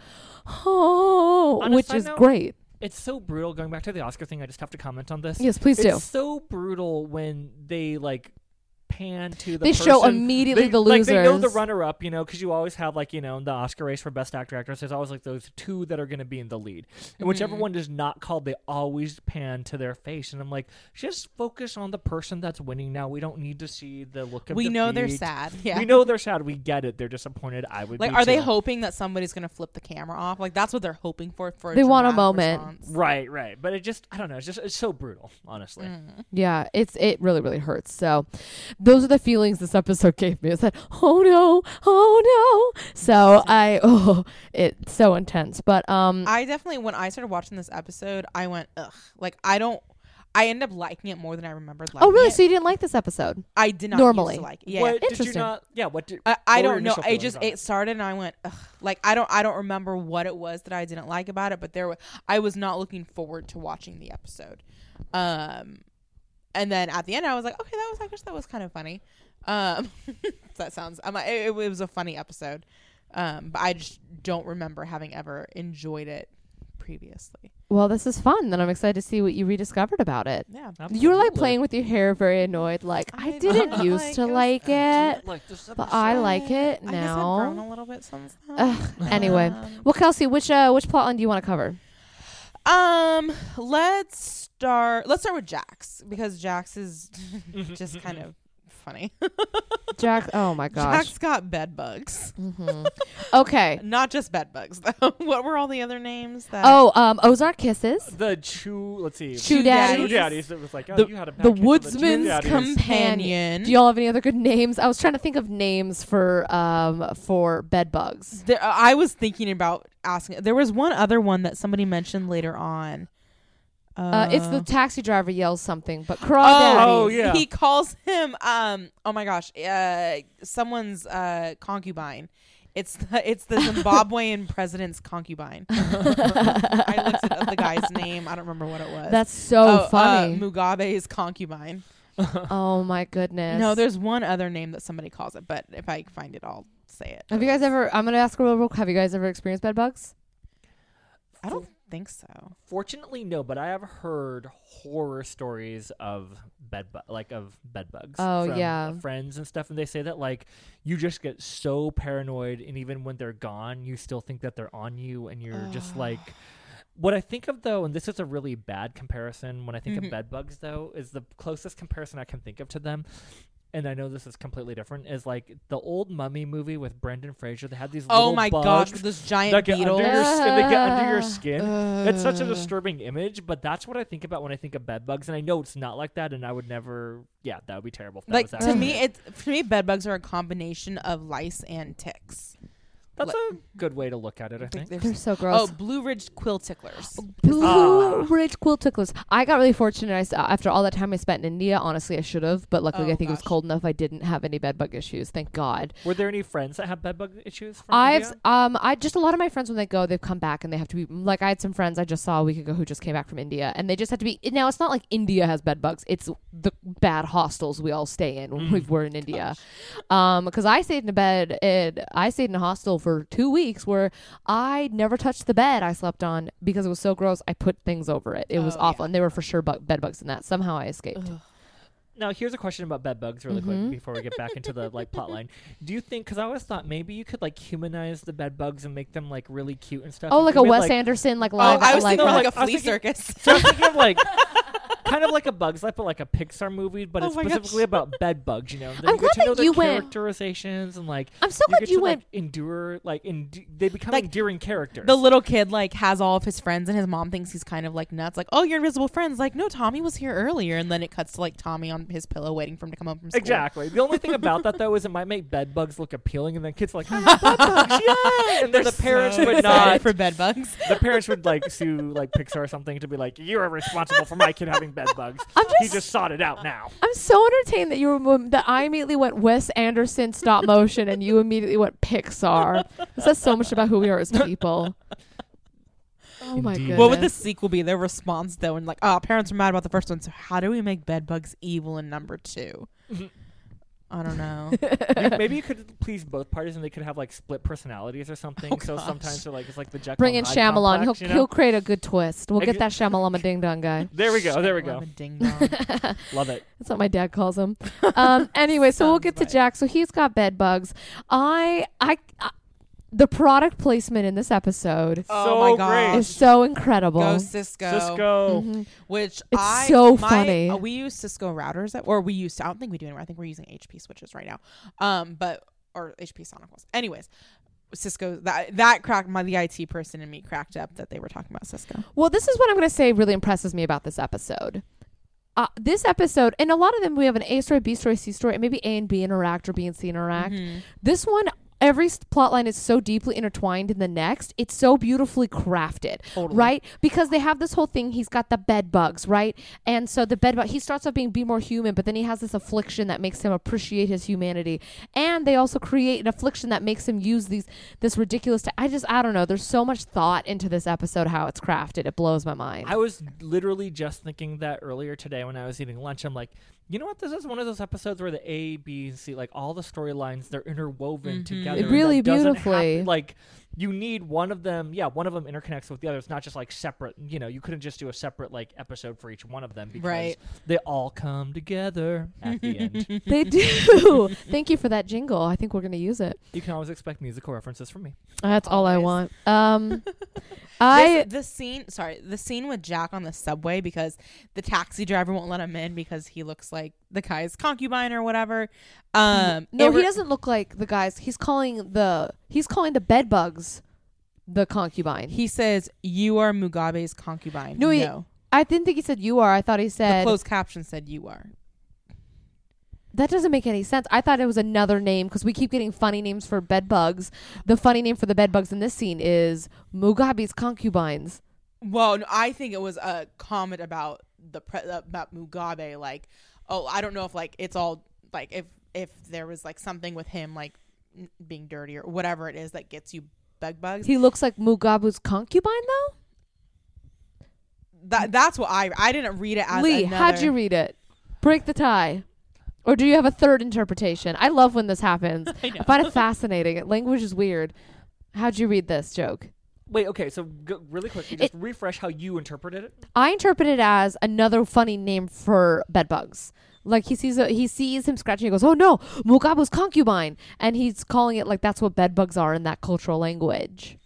Speaker 3: oh,
Speaker 2: On a
Speaker 3: which
Speaker 2: side
Speaker 3: is
Speaker 2: note-
Speaker 3: great.
Speaker 2: It's so brutal going back to the Oscar thing. I just have to comment on this.
Speaker 3: Yes, please
Speaker 2: it's
Speaker 3: do.
Speaker 2: so brutal when they like pan to the
Speaker 3: They show
Speaker 2: person-
Speaker 3: immediately
Speaker 2: they-
Speaker 3: the
Speaker 2: like, they know the
Speaker 3: losers.
Speaker 2: runner up you know because you always have like you know in the oscar race for best actor actress there's always like those two that are going to be in the lead and whichever one is not called they always pan to their face and i'm like just focus on the person that's winning now we don't need to see the look of
Speaker 5: We know they're
Speaker 2: defeat.
Speaker 5: sad. Yeah.
Speaker 2: we know they're sad we get it they're disappointed i would
Speaker 5: Like,
Speaker 2: be
Speaker 5: are they
Speaker 2: too.
Speaker 5: hoping that somebody's gonna flip the camera off? Like, that's what they're hoping for. For
Speaker 3: They want a
Speaker 5: dramatic
Speaker 3: moment.
Speaker 5: response.
Speaker 2: right right but it just i don't know it's just it's so brutal honestly
Speaker 3: Yeah, it's it really really hurts. So, those are the feelings this episode gave me. It's that oh no, oh no. So I oh it's so intense. But um
Speaker 5: I definitely, when I started watching this episode, I went, ugh. Like, I don't. I end up liking it more than I remembered. Liking
Speaker 3: oh really?
Speaker 5: It.
Speaker 3: So you didn't like this episode?
Speaker 5: I did not
Speaker 3: Normally.
Speaker 5: normally used to like. It. Yeah.
Speaker 2: what did you
Speaker 3: Interesting.
Speaker 2: not yeah what did
Speaker 5: I,
Speaker 2: what were
Speaker 5: I
Speaker 2: your
Speaker 5: don't know.
Speaker 2: initial
Speaker 5: It
Speaker 2: feelings
Speaker 5: just
Speaker 2: on
Speaker 5: it started and I went ugh. like I don't I don't remember what it was that I didn't like about it, but there was I was not looking forward to watching the episode. Um, and then at the end I was like, okay, that was I guess that was kind of funny. Um, that sounds I'm like, it, it was a funny episode. Um, but I just don't remember having ever enjoyed it previously.
Speaker 3: Well, this is fun, and I'm excited to see what you rediscovered about it.
Speaker 5: Yeah.
Speaker 3: You were like
Speaker 2: Absolutely.
Speaker 3: playing with your hair, very annoyed. Like I,
Speaker 5: I
Speaker 3: didn't
Speaker 5: don't
Speaker 3: used
Speaker 5: like
Speaker 3: to
Speaker 5: it.
Speaker 3: like it,
Speaker 2: Like, this
Speaker 3: but I
Speaker 5: So,
Speaker 3: like it
Speaker 5: I guess I've grown
Speaker 3: now.
Speaker 5: a little bit since then.
Speaker 3: Ugh, anyway,
Speaker 5: Um,
Speaker 3: well, Kelsey, which uh, which plotline do you want to cover?
Speaker 5: Um, let's start. Let's start with Jax because Jax is just kind of funny.
Speaker 3: Jack. Oh my gosh.
Speaker 5: Jax got bed bugs.
Speaker 3: Mhm. Okay.
Speaker 5: Not just bed bugs though. what were all the other names? That
Speaker 3: Oh, um, Ozark kisses.
Speaker 2: the chew. Let's see.
Speaker 3: Chew
Speaker 5: daddies.
Speaker 2: Chew
Speaker 3: daddies.
Speaker 2: daddies. It was like oh,
Speaker 3: The-
Speaker 2: you had a package
Speaker 3: the
Speaker 2: of Chew
Speaker 3: woodsman's
Speaker 2: Daddies.
Speaker 5: companion.
Speaker 3: Do y'all have any other good names? I was trying to think of names for um for bed bugs.
Speaker 5: There, uh, I was thinking about asking. There was one other one that somebody mentioned later on.
Speaker 3: Uh, it's the taxi driver yells something, but crawdaddies.
Speaker 2: Oh, yeah.
Speaker 5: He calls him. Um. Oh my gosh. Uh. Someone's uh concubine. It's the it's the Zimbabwean president's concubine. I looked it up the guy's name. I don't remember what it was.
Speaker 3: That's so
Speaker 5: uh,
Speaker 3: funny.
Speaker 5: Mugabe's concubine.
Speaker 3: oh my goodness.
Speaker 5: No, there's one other name that somebody calls it, but if I find it, I'll say it.
Speaker 3: Have you guys ever? I'm gonna ask a real real. Have you guys ever experienced bed bugs?
Speaker 5: I don't think so.
Speaker 2: Fortunately, no. But I have heard horror stories of bed, bu- like of bed bugs.
Speaker 3: Oh,
Speaker 2: from,
Speaker 3: yeah.
Speaker 2: uh, friends and stuff, and they say that like you just get so paranoid, and even when they're gone, you still think that they're on you, and you're just like. What I think of though, and this is a really bad comparison when I
Speaker 5: Mm-hmm.
Speaker 2: think of bed bugs though, is the closest comparison I can think of to them. And I know this is completely different. Is like the old Mummy movie with Brendan Fraser. They had these
Speaker 5: Oh
Speaker 2: little
Speaker 5: my
Speaker 2: bugs
Speaker 5: gosh, with those
Speaker 2: that
Speaker 5: giant
Speaker 2: get
Speaker 5: beetles.
Speaker 2: under your skin. They get under your
Speaker 3: Ugh.
Speaker 2: skin. it's such a
Speaker 3: Uh.
Speaker 2: disturbing image, but that's what I think about when I think of bed bugs. And I know it's not like that, and I would never. Yeah, that would be terrible. If that
Speaker 5: like
Speaker 2: was
Speaker 5: to
Speaker 2: actually-
Speaker 5: me, it's for me, bed bugs are a combination of lice and ticks.
Speaker 2: that's a good way to look at it. I think.
Speaker 3: They're so
Speaker 5: Oh,
Speaker 3: gross.
Speaker 5: blue ridge quill ticklers.
Speaker 3: Blue
Speaker 2: Ah.
Speaker 3: Ridge quilt ticklers. I got really fortunate. I s- uh, after all that time I spent in India, honestly, I should have, but luckily
Speaker 5: Oh,
Speaker 3: I think it was
Speaker 5: gosh.
Speaker 3: cold enough. I didn't have any bed bug issues. Thank God.
Speaker 2: Were there any friends that have bed bug issues? From
Speaker 3: I've
Speaker 2: India?
Speaker 3: s- um I just a lot of my friends when they go they've come back and they have to be like I had some friends I just saw a week ago who just came back from India and they just had to be now it's not like India has bed bugs it's the bad hostels we all stay in when we
Speaker 5: Mm.
Speaker 3: were in India um because I stayed in a bed in, I stayed in a hostel for two weeks where I never touched the bed I slept on because it was so gross I put things over it it was
Speaker 5: Oh,
Speaker 3: awful and there were for sure bug, bed bugs in that somehow I escaped
Speaker 2: Now, here's a question about bed bugs, really
Speaker 3: Mm-hmm.
Speaker 2: quick, before we get back into the like plot line. Do you think? Because I always thought maybe you could like humanize the bed bugs and make them like really cute and stuff.
Speaker 3: oh
Speaker 2: and
Speaker 3: like a
Speaker 2: give it,
Speaker 3: Wes Anderson like live
Speaker 5: oh, I was
Speaker 3: like,
Speaker 5: thinking
Speaker 2: No,
Speaker 5: like,
Speaker 2: like,
Speaker 5: a
Speaker 2: I was
Speaker 5: flea
Speaker 2: thinking-
Speaker 5: circus.
Speaker 2: So I'm thinking of like. kind of like a Bug's Life, but like a Pixar movie, but
Speaker 5: Oh
Speaker 2: it's
Speaker 5: my gosh.
Speaker 2: specifically about bed bugs. You know, And then
Speaker 3: I'm
Speaker 2: you get
Speaker 3: glad
Speaker 2: to know
Speaker 3: that
Speaker 2: their
Speaker 3: you went-
Speaker 2: characterizations and like
Speaker 3: I'm so glad
Speaker 2: get
Speaker 3: you
Speaker 2: to,
Speaker 3: went
Speaker 2: like, endure like endu- they become
Speaker 5: Like,
Speaker 2: endearing characters.
Speaker 5: The little kid like has all of his friends, and his mom thinks he's kind of like nuts. Like, oh, your invisible friends. Like, no, Tommy was here earlier, and then it cuts to like Tommy on his pillow waiting for him to come home from school.
Speaker 2: exactly. The only thing about that though is it might make bed bugs look appealing, and then kids are like "Ah, bed bugs, yeah, and then the parents would
Speaker 5: Excited
Speaker 2: not.
Speaker 5: for bed bugs.
Speaker 2: the parents would like sue like Pixar or something to be like, you are responsible for my kid having bed bugs.
Speaker 3: I'm
Speaker 2: he
Speaker 3: just-
Speaker 2: just sought it out now.
Speaker 3: I'm so entertained that you were that I immediately went Wes Anderson stop motion and you immediately went Pixar. This says so much about who we are as people. Oh
Speaker 2: Indeed.
Speaker 3: my goodness.
Speaker 5: What would the sequel be? Their response though, and like, oh, parents were mad about the first one, so how do we make bed bugs evil in number two?
Speaker 2: Mm-hmm.
Speaker 5: I don't know.
Speaker 2: You- maybe you could please both parties, and they could have like split personalities or something.
Speaker 5: Oh,
Speaker 2: so
Speaker 5: gosh.
Speaker 2: sometimes they're like, it's like the Jekyll
Speaker 3: bring in
Speaker 2: and Hyde
Speaker 3: Shyamalan?
Speaker 2: complex,
Speaker 3: he'll
Speaker 2: you know?
Speaker 3: he'll create a good twist. We'll get
Speaker 2: Exa-
Speaker 3: that Shyamalama ding dong guy.
Speaker 2: There we go. Oh, There we
Speaker 5: Love
Speaker 2: go.
Speaker 5: a Ding dong.
Speaker 2: Love it.
Speaker 3: That's what my dad calls him. Um, anyway, so we'll
Speaker 5: Sounds
Speaker 3: get to
Speaker 5: right.
Speaker 3: Jack. So he's got bed bugs. I I, I the product placement in this episode
Speaker 5: Oh
Speaker 2: so
Speaker 5: my gosh. Mm-hmm.
Speaker 3: is so incredible.
Speaker 5: Go Cisco.
Speaker 2: Cisco.
Speaker 5: Which
Speaker 3: It's
Speaker 5: I
Speaker 3: so
Speaker 5: my-
Speaker 3: funny.
Speaker 5: uh, we use Cisco routers at, or we used to, I don't think we do anymore. I think we're using HP switches right now. Um, but or HP Sonicals. Anyways, Cisco that that cracked my the IT person in me cracked up that they were talking about Cisco.
Speaker 3: Well, this is what I'm going to say really impresses me about this episode. Uh, this episode, and a lot of them, we have an A story, B story, C story, and maybe A and B interact or B and C interact. This one, every s- plot line is so deeply intertwined in the next. It's so beautifully crafted, right? Because they have this whole thing. He's got the bed bugs, right? And so the bed bug, he starts off being be more human, but then he has this affliction that makes him appreciate his humanity. And they also create an affliction that makes him use these this ridiculous. T- I just I don't know. There's so much thought into this episode, how it's crafted. It blows my mind.
Speaker 2: I was literally just thinking that earlier today when I was eating lunch. I'm like, you know what? This is one of those episodes where the A, B, and C, like all the storylines, they're interwoven together. and
Speaker 3: Mm-hmm. Really
Speaker 2: that doesn't hap-
Speaker 3: beautifully.
Speaker 2: like you need one of them. Yeah, one of them interconnects with the other. It's not just like separate. You know, you couldn't just do a separate like episode for each one of them because
Speaker 5: Right.
Speaker 2: they all come together at the end.
Speaker 3: they do. Thank you for that jingle. I think we're going to use it.
Speaker 2: You can always expect musical references from me.
Speaker 3: That's all I want.
Speaker 5: Always.
Speaker 3: Um,
Speaker 5: I
Speaker 3: I
Speaker 5: the scene. Sorry, the scene with Jack on the subway because the taxi driver won't let him in because he looks like the guy's concubine or whatever. Um,
Speaker 3: no,
Speaker 5: it
Speaker 3: he
Speaker 5: re-
Speaker 3: doesn't look like the guys. He's calling the he's calling the bed bugs the concubine.
Speaker 5: He says you are Mugabe's concubine.
Speaker 3: No,
Speaker 5: No,
Speaker 3: he- I didn't think he said you are. I thought he
Speaker 5: the
Speaker 3: said
Speaker 5: closed caption said you are.
Speaker 3: that doesn't make any sense. I thought it was another name because we keep getting funny names for bed bugs. The funny name for the bed bugs in this scene is Mugabe's concubines.
Speaker 5: Well, no, I think it was a comment about the pre- uh, about Mugabe. Like, oh, I don't know if like it's all like if if there was like something with him like n- being dirty or whatever it is that gets you bug bugs.
Speaker 3: He looks like Mugabe's concubine though.
Speaker 5: That that's what I I didn't read it as.
Speaker 3: Lee,
Speaker 5: another-
Speaker 3: how'd you read it? Break the tie. Or do you have a third interpretation? I love when this happens. I, find it fascinating. Language is weird. How'd you read this joke?
Speaker 2: Wait, okay, so go, really quickly, just refresh how you interpreted it.
Speaker 3: I interpret it as another funny name for bedbugs. Like he sees a, he sees him scratching. He goes, "Oh no, Mugabe's concubine," and he's calling it like that's what bedbugs are in that cultural language.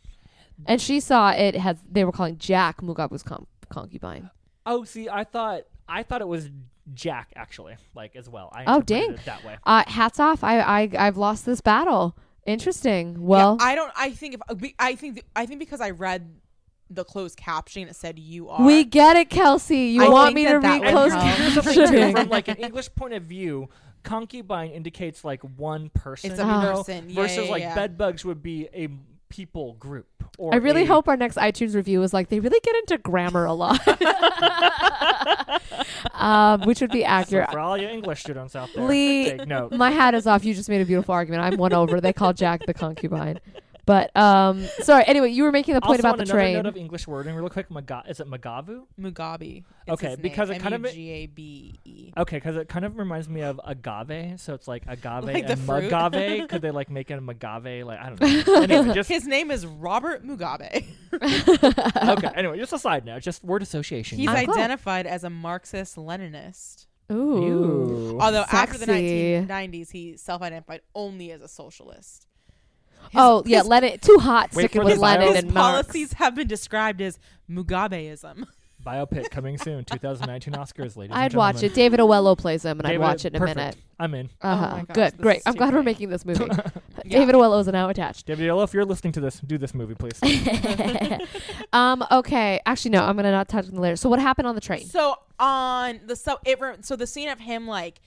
Speaker 3: And she saw it had they were calling Jack Mugabe's con- concubine.
Speaker 2: Oh, see, I thought I thought it was Jack actually, like as well. I
Speaker 3: Oh,
Speaker 2: interpreted
Speaker 3: dang.
Speaker 2: it that way.
Speaker 3: Uh, hats off. I I I've lost this battle. Interesting.
Speaker 5: Yeah,
Speaker 3: Well,
Speaker 5: I don't. I think if uh, we- I think I think because I read the closed caption, it said you are.
Speaker 3: We get it, Kelsey. You
Speaker 5: I
Speaker 3: want
Speaker 5: think
Speaker 3: me
Speaker 5: that
Speaker 3: to
Speaker 5: that
Speaker 3: read
Speaker 5: would
Speaker 3: closed
Speaker 5: help.
Speaker 2: here's the thing too, from
Speaker 3: captioning?
Speaker 2: like an English point of view, concubine indicates like one person,
Speaker 5: It's a
Speaker 2: you know,
Speaker 5: person. Yeah,
Speaker 2: versus
Speaker 5: yeah,
Speaker 2: like
Speaker 5: yeah.
Speaker 2: bedbugs would be a people group. Or
Speaker 3: I really
Speaker 2: a-
Speaker 3: hope our next iTunes review is like they really get into grammar a lot, um, which would be
Speaker 2: So
Speaker 3: accurate.
Speaker 2: for all you English students out there,
Speaker 3: Lee,
Speaker 2: take note.
Speaker 3: My hat is off. You just made a beautiful argument. I'm one over. They call Jack the concubine, but um, sorry. Anyway, you were making the
Speaker 2: also
Speaker 3: point about
Speaker 2: on
Speaker 3: the
Speaker 2: another
Speaker 3: train.
Speaker 2: note of English wording, real quick, Maga- is it Magavu?
Speaker 5: Mugabe.
Speaker 2: Okay, because it kind of-
Speaker 5: G A B E.
Speaker 2: Okay, because it kind of reminds me of agave, so it's like agave
Speaker 5: Like the
Speaker 2: and
Speaker 5: fruit?
Speaker 2: magave. Could they like make it a magave? Like I don't know. Anyway, just
Speaker 5: His name is Robert Mugabe.
Speaker 2: okay. Anyway, just a side note, just word association.
Speaker 5: He's
Speaker 3: I'm glad.
Speaker 5: identified as a Marxist Leninist.
Speaker 3: Ooh.
Speaker 2: Ew.
Speaker 5: Although after the
Speaker 3: Sexy.
Speaker 5: 1990s, he self-identified only as a socialist.
Speaker 3: oh yeah, Lenin. Too hot.
Speaker 2: Wait
Speaker 3: Sticking
Speaker 2: for the
Speaker 3: with Lenin
Speaker 2: viral-
Speaker 5: His
Speaker 3: and Marx.
Speaker 5: policies have been described as Mugabeism.
Speaker 2: Biopic coming soon, 2019 Oscars, ladies.
Speaker 3: I'd watch it. David Oello plays him, and I'd watch it in a
Speaker 2: perfect.
Speaker 3: minute.
Speaker 2: I'm in.
Speaker 3: Uh-huh.
Speaker 5: Oh my gosh,
Speaker 3: Good.
Speaker 5: this
Speaker 3: Great.
Speaker 5: is
Speaker 3: I'm
Speaker 5: too
Speaker 3: glad we're
Speaker 5: funny.
Speaker 3: making this movie.
Speaker 5: Yeah.
Speaker 3: David Oello is now attached.
Speaker 2: David Oyelowo, if you're listening to this, do this movie, please.
Speaker 3: um, okay. Actually, no. I'm gonna not touch on the later. So what happened on the train?
Speaker 5: So on the so it re- so the scene of him like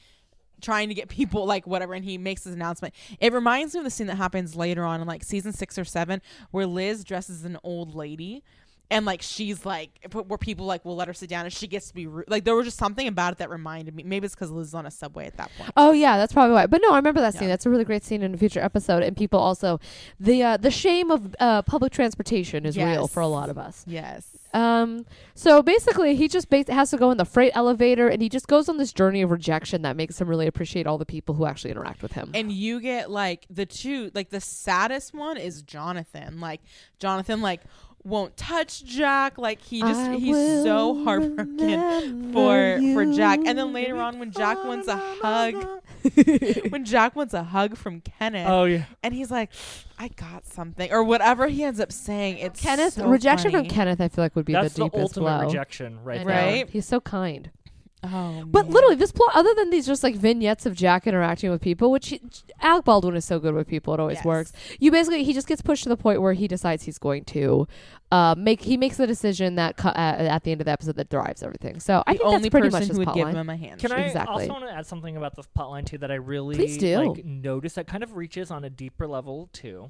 Speaker 5: trying to get people like whatever and he makes his announcement. It reminds me of the scene that happens later on in like season 6 or 7 where Liz dresses as an old lady and like she's like p- where people like will let her sit down and she gets to be rude. Like there was just something about it that reminded me. Maybe it's cuz Liz is on a subway at that point.
Speaker 3: Oh yeah, that's probably why. But no, I remember that scene. That's a really great scene in a future episode. And people also, the uh, the shame of uh, public transportation is real
Speaker 5: Yes.
Speaker 3: for a lot of us.
Speaker 5: Yes.
Speaker 3: Um, so basically, he just bas- has to go in the freight elevator, and he just goes on this journey of rejection that makes him really appreciate all the people who actually interact with him.
Speaker 5: and you get like the two like the saddest one is jonathan like jonathan like won't touch jack like he just
Speaker 3: I
Speaker 5: he's
Speaker 3: will
Speaker 5: so heartbroken for for jack and then later on when jack wants a hug when jack wants a hug from kenneth
Speaker 2: oh yeah.
Speaker 5: and he's like i got something or whatever he ends up saying it's
Speaker 3: Kenneth
Speaker 5: so
Speaker 3: rejection
Speaker 5: funny.
Speaker 3: from Kenneth, I feel like would be
Speaker 2: That's
Speaker 3: the
Speaker 2: the,
Speaker 3: deepest
Speaker 2: ultimate
Speaker 3: blow.
Speaker 2: rejection right there.
Speaker 5: Right?
Speaker 3: He's so kind.
Speaker 5: oh
Speaker 3: But
Speaker 5: man.
Speaker 3: literally, this plot, other than these just like vignettes of Jack interacting with people, which he, Alec Baldwin is so good with people, it always
Speaker 5: Yes.
Speaker 3: works. You basically he just gets pushed to the point where he decides he's going to uh, make he makes the decision that co- uh, at the end of the episode that drives everything. So I
Speaker 5: the
Speaker 3: think
Speaker 5: only
Speaker 3: that's pretty
Speaker 5: person
Speaker 3: much his
Speaker 5: who would
Speaker 3: plot
Speaker 5: give
Speaker 3: line.
Speaker 5: him a hand
Speaker 2: Can I
Speaker 3: Exactly.
Speaker 2: also want to add something about this plotline too that I really
Speaker 3: Please do.
Speaker 2: like notice that kind of reaches on a deeper level too.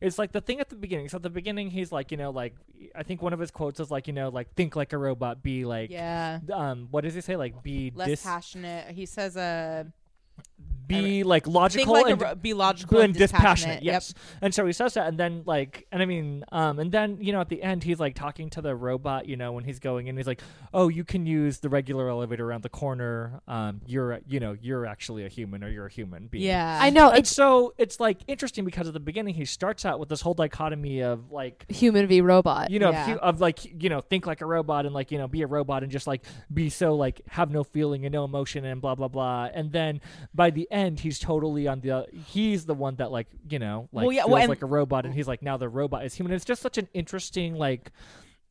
Speaker 2: It's like the thing at the beginning. So at the beginning he's like, you know, like I think one of his quotes is like, you know, like think like a robot, be like
Speaker 5: yeah
Speaker 2: um what does he say? Like be
Speaker 5: less
Speaker 2: dis-
Speaker 5: passionate he says uh
Speaker 2: be like
Speaker 5: Think
Speaker 2: logical
Speaker 5: like a
Speaker 2: and
Speaker 5: ro- be logical
Speaker 2: and,
Speaker 5: and,
Speaker 2: dispassionate.
Speaker 5: dispassionate.
Speaker 2: Yes. And so he says that, and then like, and I mean, um, and then you know, at the end, he's like talking to the robot, you know, when he's going in, he's like, "Oh, you can use the regular elevator around the corner. Um, you're, you know, you're actually a human, or you're a human
Speaker 5: Yep.
Speaker 2: being."
Speaker 5: Yeah.
Speaker 3: I know
Speaker 2: And
Speaker 3: it's
Speaker 2: so it's like interesting because at the beginning he starts out with this whole dichotomy of like
Speaker 3: human v robot.
Speaker 2: you know
Speaker 5: Yeah.
Speaker 2: of, hu- of like you know think like a robot and like you know be a robot and just like be so like have no feeling and no emotion and blah blah blah and then by the end he's totally on the he's the one that like you know like
Speaker 5: Well, yeah,
Speaker 2: feels
Speaker 5: well, and-
Speaker 2: like a robot and he's like now the robot is human it's just such an interesting like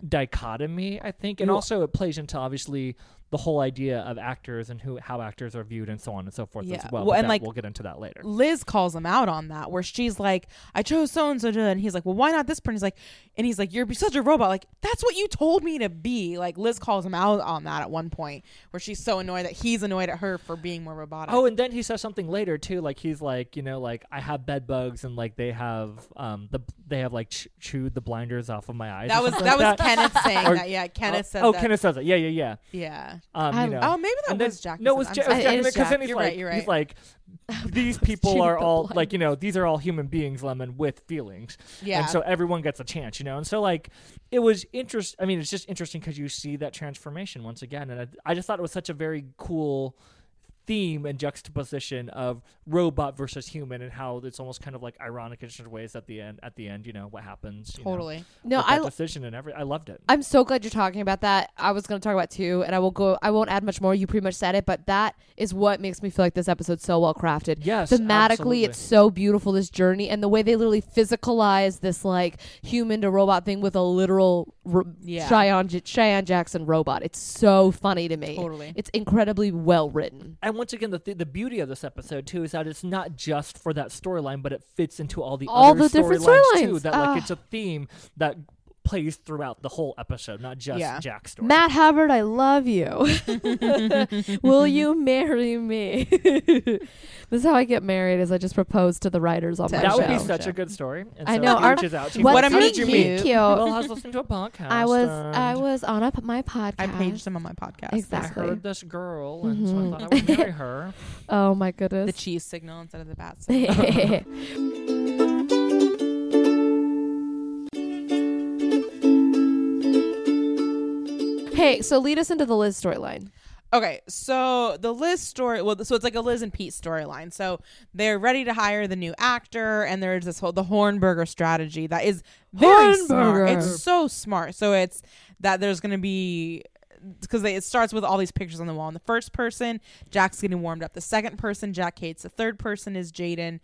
Speaker 2: dichotomy i think and
Speaker 5: Well-
Speaker 2: also it plays into obviously the whole idea of actors and who how actors are viewed and so on and so forth
Speaker 5: Yeah.
Speaker 2: as well,
Speaker 5: Well,
Speaker 2: but
Speaker 5: and,
Speaker 2: that-
Speaker 5: like-
Speaker 2: we'll get into that later
Speaker 5: Liz calls him out on that, where she's like, "I chose so and so," and he's like, "Well, why not this person?" He's like, and he's like, "You're such a robot. Like that's what you told me to be." Like Liz calls him out on that at one point, where she's so annoyed that he's annoyed at her for being more robotic.
Speaker 2: Oh, and then he says something later too. Like he's like, you know, like I have bed bugs, and like they have, um, the they have like ch- chewed the blinders off of my eyes.
Speaker 5: that
Speaker 2: or
Speaker 5: was
Speaker 2: something
Speaker 5: that
Speaker 2: like
Speaker 5: was Kenneth saying
Speaker 2: Or-
Speaker 5: that. Yeah, Kenneth
Speaker 2: oh,
Speaker 5: said
Speaker 2: Oh,
Speaker 5: that.
Speaker 2: Kenneth says it. Yeah, yeah, yeah.
Speaker 5: Yeah.
Speaker 2: Um,
Speaker 3: I
Speaker 2: you know.
Speaker 5: Oh, maybe that
Speaker 2: And then-
Speaker 5: was Jack.
Speaker 2: No, it was, Jack.
Speaker 5: Jack.
Speaker 2: it was
Speaker 3: sorry.
Speaker 2: Jack.
Speaker 3: It is
Speaker 2: Because
Speaker 5: Jack.
Speaker 2: then he's
Speaker 5: You're
Speaker 2: like,
Speaker 5: right, you're
Speaker 2: he's like, these people
Speaker 3: Chewed
Speaker 2: are
Speaker 3: the
Speaker 2: all
Speaker 3: blind.
Speaker 2: like, you know, these are all human beings, Lemon, with feelings.
Speaker 5: Yeah.
Speaker 2: And so everyone gets a chance, you know. And so like, it was interest. I mean, it's just interesting because you see that transformation once again, and I, I just thought it was such a very cool theme and juxtaposition of robot versus human and how it's almost kind of like ironic in certain ways at the end at the end you know what happens you know,
Speaker 5: Totally.
Speaker 3: No,
Speaker 2: with
Speaker 3: I
Speaker 2: that
Speaker 3: l-
Speaker 2: decision and every i loved it
Speaker 3: I'm so glad you're talking about that. I was going to talk about too, and I will go. I won't add much more. You pretty much said it, but that is what makes me feel like this episode's so well crafted.
Speaker 2: Yes,
Speaker 3: thematically,
Speaker 2: absolutely.
Speaker 3: it's so beautiful this journey and the way they literally physicalize this like human to robot thing with a literal ro-
Speaker 5: Yeah.
Speaker 3: Cheyenne, J- Cheyenne Jackson robot. It's so funny to me.
Speaker 5: Totally.
Speaker 3: it's incredibly well written.
Speaker 2: and once again, the th- the beauty of this episode too is that it's not just for that storyline, but it fits into all the
Speaker 3: All
Speaker 2: other
Speaker 3: the different
Speaker 2: storylines too.
Speaker 3: storylines.
Speaker 2: That
Speaker 3: Ah.
Speaker 2: like it's a theme that plays throughout the whole episode, not just
Speaker 5: Yeah.
Speaker 2: Jack's story.
Speaker 3: Matt Hubbard, I love you. Will you marry me? this is how I get married: is I just propose to the writers on my
Speaker 2: that would be
Speaker 3: show.
Speaker 2: such a good story. And
Speaker 3: I
Speaker 2: so
Speaker 3: know,
Speaker 2: He
Speaker 3: our-
Speaker 2: reaches out to you.
Speaker 3: What's
Speaker 5: What a
Speaker 3: really
Speaker 5: meet you
Speaker 3: cute.
Speaker 5: meet.
Speaker 2: Well, I was listening to a podcast. um,
Speaker 3: I was
Speaker 2: and
Speaker 3: I was on a, p- my podcast.
Speaker 5: I paged him on my podcast.
Speaker 2: I
Speaker 3: Exactly.
Speaker 2: heard this girl, and so I
Speaker 3: Mhm.
Speaker 2: thought I would marry her.
Speaker 3: Oh my
Speaker 5: The
Speaker 3: goodness.
Speaker 5: cheese signal instead of the bat signal.
Speaker 3: All hey, so lead us into the Liz storyline.
Speaker 5: Okay, so the Liz story, well, so it's like a Liz and Pete storyline. So they're ready to hire the new actor, and there's this whole the Hornberger strategy that is very smart.
Speaker 3: Hornberger.
Speaker 5: It's so smart. So it's that there's going to be because it starts with all these pictures on the wall. And the first person, Jack's getting warmed up. The second person, Jack hates. The third person is Jaden.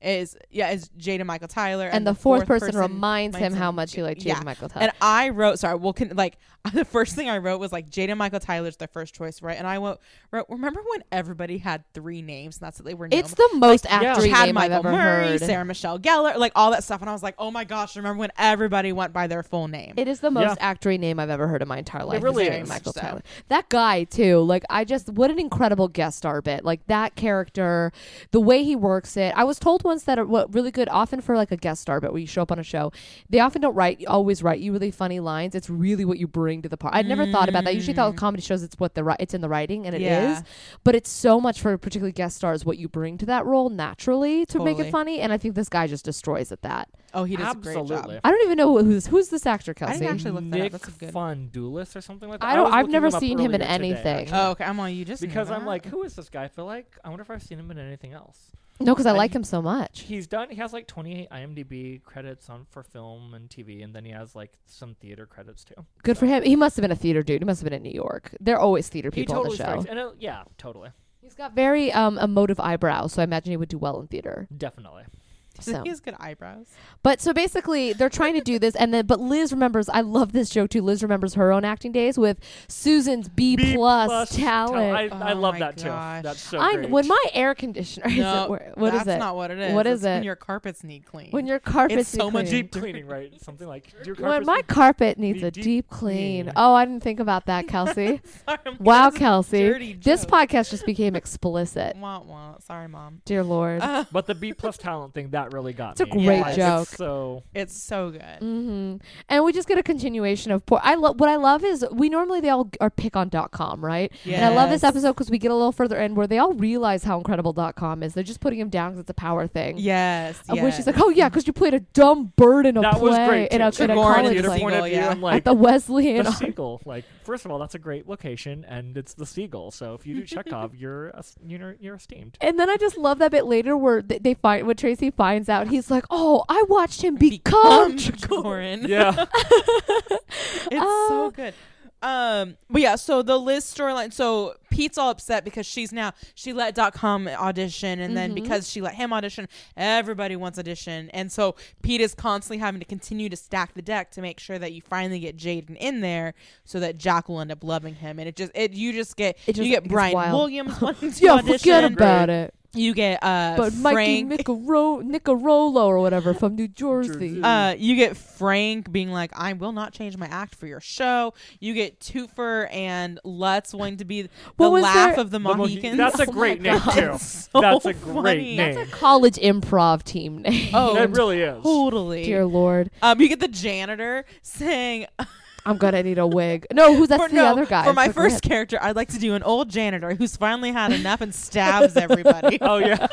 Speaker 5: Is yeah, is Jaden Michael Tyler,
Speaker 3: And, the fourth, person, reminds him how much he liked Jaden
Speaker 5: yeah.
Speaker 3: Michael Tyler.
Speaker 5: And I wrote, sorry, well, can, like the first thing I wrote was like Jaden Michael Tyler's their first choice, right? And I wrote, wrote, remember when everybody had three names and that's what they were.
Speaker 3: it's
Speaker 5: known
Speaker 3: the most
Speaker 2: yeah.
Speaker 3: actory
Speaker 5: Chad
Speaker 3: name
Speaker 5: Michael
Speaker 3: I've ever
Speaker 5: Murray,
Speaker 3: heard.
Speaker 5: Sarah Michelle Gellar, like all that stuff. And I was like, oh my gosh, remember when everybody went by their full name?
Speaker 3: It is the most actory name I've ever heard in my entire life. is
Speaker 2: really
Speaker 3: Jerry
Speaker 2: is.
Speaker 3: Michael
Speaker 5: So-
Speaker 3: Tyler. That guy too. Like I just what an incredible guest star bit. Like that character, the way he works it. I was told once that uh, what really good often for like a guest star bit where you show up on a show, they often don't write always write you really funny lines. It's really what you bring to the part. I'd never thought about that. I usually thought with comedy shows it's what the ri- it's in the writing and it is,
Speaker 5: Mm. Yeah.
Speaker 3: but it's so much for particularly guest stars what you bring to that role naturally to make
Speaker 5: Totally.
Speaker 3: it funny. And I think this guy just destroys at that.
Speaker 5: oh, he does a great
Speaker 2: Absolutely.
Speaker 5: job.
Speaker 3: I don't even know who's who's this actor,
Speaker 5: I
Speaker 3: Kelsey.
Speaker 5: didn't actually look that
Speaker 2: Nick
Speaker 5: up. That's a good.
Speaker 2: Fondulis or something like that.
Speaker 3: I don't-
Speaker 2: was
Speaker 3: I've
Speaker 2: looking
Speaker 3: never
Speaker 2: up
Speaker 3: seen him in
Speaker 2: earlier today,
Speaker 3: anything.
Speaker 2: actually.
Speaker 5: Oh, okay. I'm on you just knew
Speaker 2: because I'm
Speaker 5: that.
Speaker 2: like, who is this guy? I feel like I wonder if I've seen him in anything else.
Speaker 3: No, because I
Speaker 2: And
Speaker 3: like
Speaker 2: he-
Speaker 3: him so much.
Speaker 2: He's done. He has like 28 IMDb credits on for film and TV, and then he has like some theater credits too.
Speaker 3: Good for him. He must have been a theater dude. He must have been in New York. They're always theater
Speaker 2: He
Speaker 3: people
Speaker 2: totally
Speaker 3: on the
Speaker 2: strikes,
Speaker 3: show.
Speaker 2: and it- yeah, totally,
Speaker 3: He's got very um, emotive eyebrows, so I imagine he would do well in theater.
Speaker 2: definitely.
Speaker 3: So.
Speaker 5: he has good eyebrows.
Speaker 3: But so basically, they're trying to do this, and then but Liz remembers. I love this joke too. Liz remembers her own acting days with Susan's B, plus, talent.
Speaker 2: I, I
Speaker 5: Oh
Speaker 2: love
Speaker 5: my
Speaker 2: that
Speaker 5: gosh.
Speaker 2: too. That's so
Speaker 3: I-
Speaker 2: great.
Speaker 3: when my air conditioner
Speaker 5: No,
Speaker 3: isn't wor- what is
Speaker 5: that's
Speaker 3: it?
Speaker 5: not what it is.
Speaker 3: What
Speaker 5: It's
Speaker 3: is
Speaker 5: When
Speaker 3: it?
Speaker 5: your carpets need clean.
Speaker 3: when your carpet
Speaker 5: It's so much
Speaker 2: deep cleaning, right? Something like your
Speaker 3: When
Speaker 2: carpets
Speaker 3: my
Speaker 2: need-
Speaker 3: carpet needs
Speaker 2: need
Speaker 3: a
Speaker 2: deep
Speaker 3: deep clean.
Speaker 2: clean.
Speaker 3: Oh, I didn't think about that, Kelsey.
Speaker 5: Sorry, I'm
Speaker 3: wow,
Speaker 5: gonna-
Speaker 3: Kelsey.
Speaker 5: dirty
Speaker 3: This
Speaker 5: joke.
Speaker 3: podcast just became explicit.
Speaker 5: Wah, wah. Sorry, mom.
Speaker 3: Dear Lord.
Speaker 5: Uh-huh.
Speaker 2: But the B plus talent thing that that really got
Speaker 3: It's a
Speaker 2: me.
Speaker 3: great
Speaker 2: Like,
Speaker 3: joke.
Speaker 2: so
Speaker 5: It's so good.
Speaker 3: hmm And we just get a continuation of poor. I love what I love is we normally they all are pick on .com, right? And I love this
Speaker 5: Yes.
Speaker 3: episode because we get a little further in where they all realize how incredible .com is. They're just putting him down because it's a power thing.
Speaker 5: Yes.
Speaker 3: Of which he's
Speaker 5: yes.
Speaker 3: like, oh yeah, because you played a dumb bird in a
Speaker 2: that
Speaker 3: play
Speaker 2: was great.
Speaker 3: in a,
Speaker 2: too.
Speaker 3: in a
Speaker 5: Sigourney
Speaker 3: college
Speaker 5: Theater
Speaker 2: Theater
Speaker 3: play.
Speaker 5: Seagull,
Speaker 2: point of view,
Speaker 5: yeah.
Speaker 2: I'm like
Speaker 3: at the Wesleyan.
Speaker 2: the seagull. Like, first of all, that's a great location, and it's the seagull. So if you do Chekhov, you're a, you're you're esteemed.
Speaker 3: And then I just love that bit later where th- they find when Tracy finds out, he's like, "Oh, I watched him become."
Speaker 5: Um, Corin.
Speaker 2: Yeah,
Speaker 5: It's
Speaker 3: Ah.
Speaker 5: so good. Um, but yeah, so the Liz storyline. So Pete's all upset because she's now she let .com audition, and
Speaker 3: Mm-hmm.
Speaker 5: then because she let him audition, everybody wants audition, and so Pete is constantly having to continue to stack the deck to make sure that you finally get Jaden in there, so that Jack will end up loving him. And it just it you just get
Speaker 3: It just
Speaker 5: you get
Speaker 3: gets
Speaker 5: Brian
Speaker 3: wild.
Speaker 5: Williams wanting to
Speaker 3: yeah,
Speaker 5: audition.
Speaker 3: forget about it.
Speaker 5: You get uh,
Speaker 3: But
Speaker 5: Frank.
Speaker 3: Mikey Nicaro- Nicarolo or whatever from New Jersey.
Speaker 5: Uh, you get Frank being like, "I will not change my act for your show." You get Toofer and Lutz wanting to be the
Speaker 3: What was
Speaker 5: laugh
Speaker 3: their-
Speaker 5: of the
Speaker 2: The Mohi-
Speaker 5: Mohicans.
Speaker 2: That's a
Speaker 3: Oh my
Speaker 2: great name
Speaker 3: God.
Speaker 2: too.
Speaker 5: so
Speaker 2: that's a great
Speaker 5: funny.
Speaker 2: name.
Speaker 3: College improv team name.
Speaker 5: oh,
Speaker 2: That really is.
Speaker 5: totally.
Speaker 3: dear Lord,
Speaker 5: Um, you get the janitor saying,
Speaker 3: I'm gonna need a wig. No, who's that's
Speaker 5: for,
Speaker 3: the
Speaker 5: no,
Speaker 3: other guy
Speaker 5: for my
Speaker 3: forget.
Speaker 5: first character, I'd like to do an old janitor who's finally had enough and stabs everybody."
Speaker 2: Oh yeah,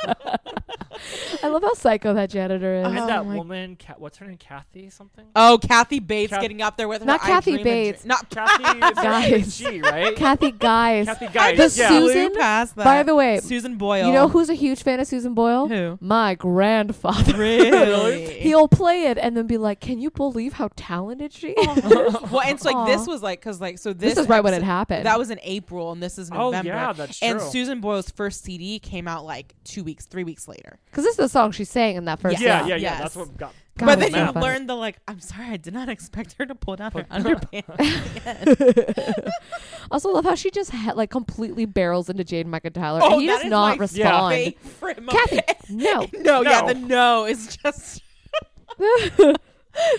Speaker 3: I love how psycho that janitor is.
Speaker 5: Oh
Speaker 2: and that
Speaker 5: my-
Speaker 2: woman, Ca- what's her name? Kathy something.
Speaker 5: Oh, Kathy Bates
Speaker 2: Kath-
Speaker 5: getting up there with her.
Speaker 3: Not
Speaker 5: "I
Speaker 3: Kathy
Speaker 5: dream a dr-"
Speaker 3: Bates.
Speaker 5: Not
Speaker 2: Kathy it's
Speaker 3: Guys.
Speaker 2: G, right?
Speaker 3: Kathy Guys.
Speaker 2: Kathy
Speaker 5: I
Speaker 2: Guy.
Speaker 3: just
Speaker 2: yeah.
Speaker 3: Susan-
Speaker 5: blew past that.
Speaker 3: by the way,
Speaker 5: Susan Boyle.
Speaker 3: you know who's a huge fan of Susan Boyle?
Speaker 5: Who?
Speaker 3: My grandfather.
Speaker 5: really?
Speaker 3: He'll play it and then be like, "Can you believe how talented she is?"
Speaker 5: well, and so like
Speaker 3: Aw.
Speaker 5: this was like because like so Oh, this,
Speaker 3: This, is right when it
Speaker 5: episode-
Speaker 3: happened.
Speaker 5: That was in April, and this is
Speaker 2: Oh,
Speaker 5: November.
Speaker 2: yeah, that's
Speaker 5: And
Speaker 2: true.
Speaker 5: Susan Boyle's first CD came out like two weeks, three weeks later.
Speaker 3: because this is the song she sang in that first.
Speaker 2: yeah, yeah,
Speaker 3: song.
Speaker 2: yeah,
Speaker 5: Yes.
Speaker 2: That's what got.
Speaker 3: God,
Speaker 5: but
Speaker 3: it
Speaker 5: then
Speaker 3: was so
Speaker 5: you
Speaker 3: funny.
Speaker 5: learned the like. I'm sorry, I did not expect her to pull down her underpants.
Speaker 3: Also, love how she just ha- like completely barrels into Jade Michael Tyler.
Speaker 5: Oh,
Speaker 3: and he
Speaker 5: that
Speaker 3: does
Speaker 5: is
Speaker 3: not
Speaker 5: my
Speaker 3: respond.
Speaker 5: Favorite moment.
Speaker 3: Kathy, no.
Speaker 5: no, yeah,
Speaker 2: No.
Speaker 5: the no is just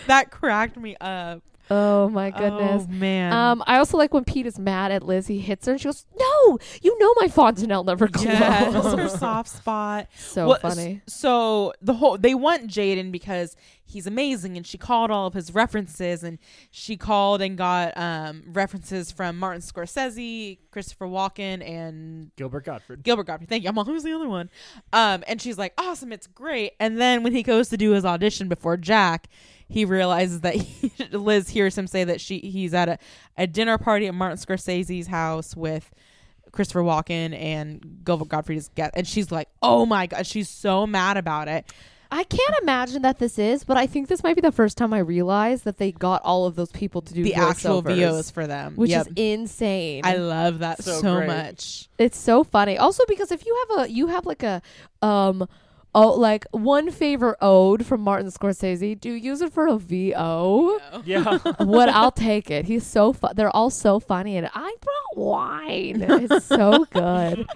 Speaker 5: that cracked me up.
Speaker 3: oh my goodness.
Speaker 5: oh, man.
Speaker 3: Um, I also like when Pete is mad at Liz. He hits her, and she goes, "No, you know my fontanelle never glows."
Speaker 5: yes, her soft spot.
Speaker 3: so
Speaker 5: Well, s-
Speaker 3: funny.
Speaker 5: So the whole they want Jaden because he's amazing, and she called all of his references, and she called and got um, references from Martin Scorsese, Christopher Walken, and
Speaker 2: Gilbert Gottfried.
Speaker 5: Gilbert Gottfried. Thank you. I'm like, who's the other one? Um, and she's like, awesome, it's great. And then when he goes to do his audition before Jack, he realizes that he, Liz hears him say that she he's at a, a dinner party at Martin Scorsese's house with Christopher Walken and Gilbert Gottfried's guest. And she's like, oh my God, she's so mad about it.
Speaker 3: I can't imagine that this is, but I think this might be the first time I realized that they got all of those people to do
Speaker 5: The actual
Speaker 3: voiceovers,
Speaker 5: VOs for them.
Speaker 3: which
Speaker 5: Yep.
Speaker 3: is insane.
Speaker 5: I love that so,
Speaker 2: So great.
Speaker 5: much.
Speaker 3: It's so funny. Also because if you have a you have like a um oh like one favor ode from Martin Scorsese, do use it for a VO.
Speaker 2: Yeah.
Speaker 3: what I'll take it. He's so fu- they're all so funny and I brought wine. It's so good.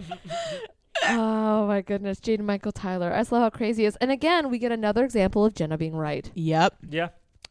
Speaker 3: oh my goodness, Jade and Michael Tyler. I just love how crazy he is. And again, we get another example of Jenna being right.
Speaker 5: Yep.
Speaker 2: yeah.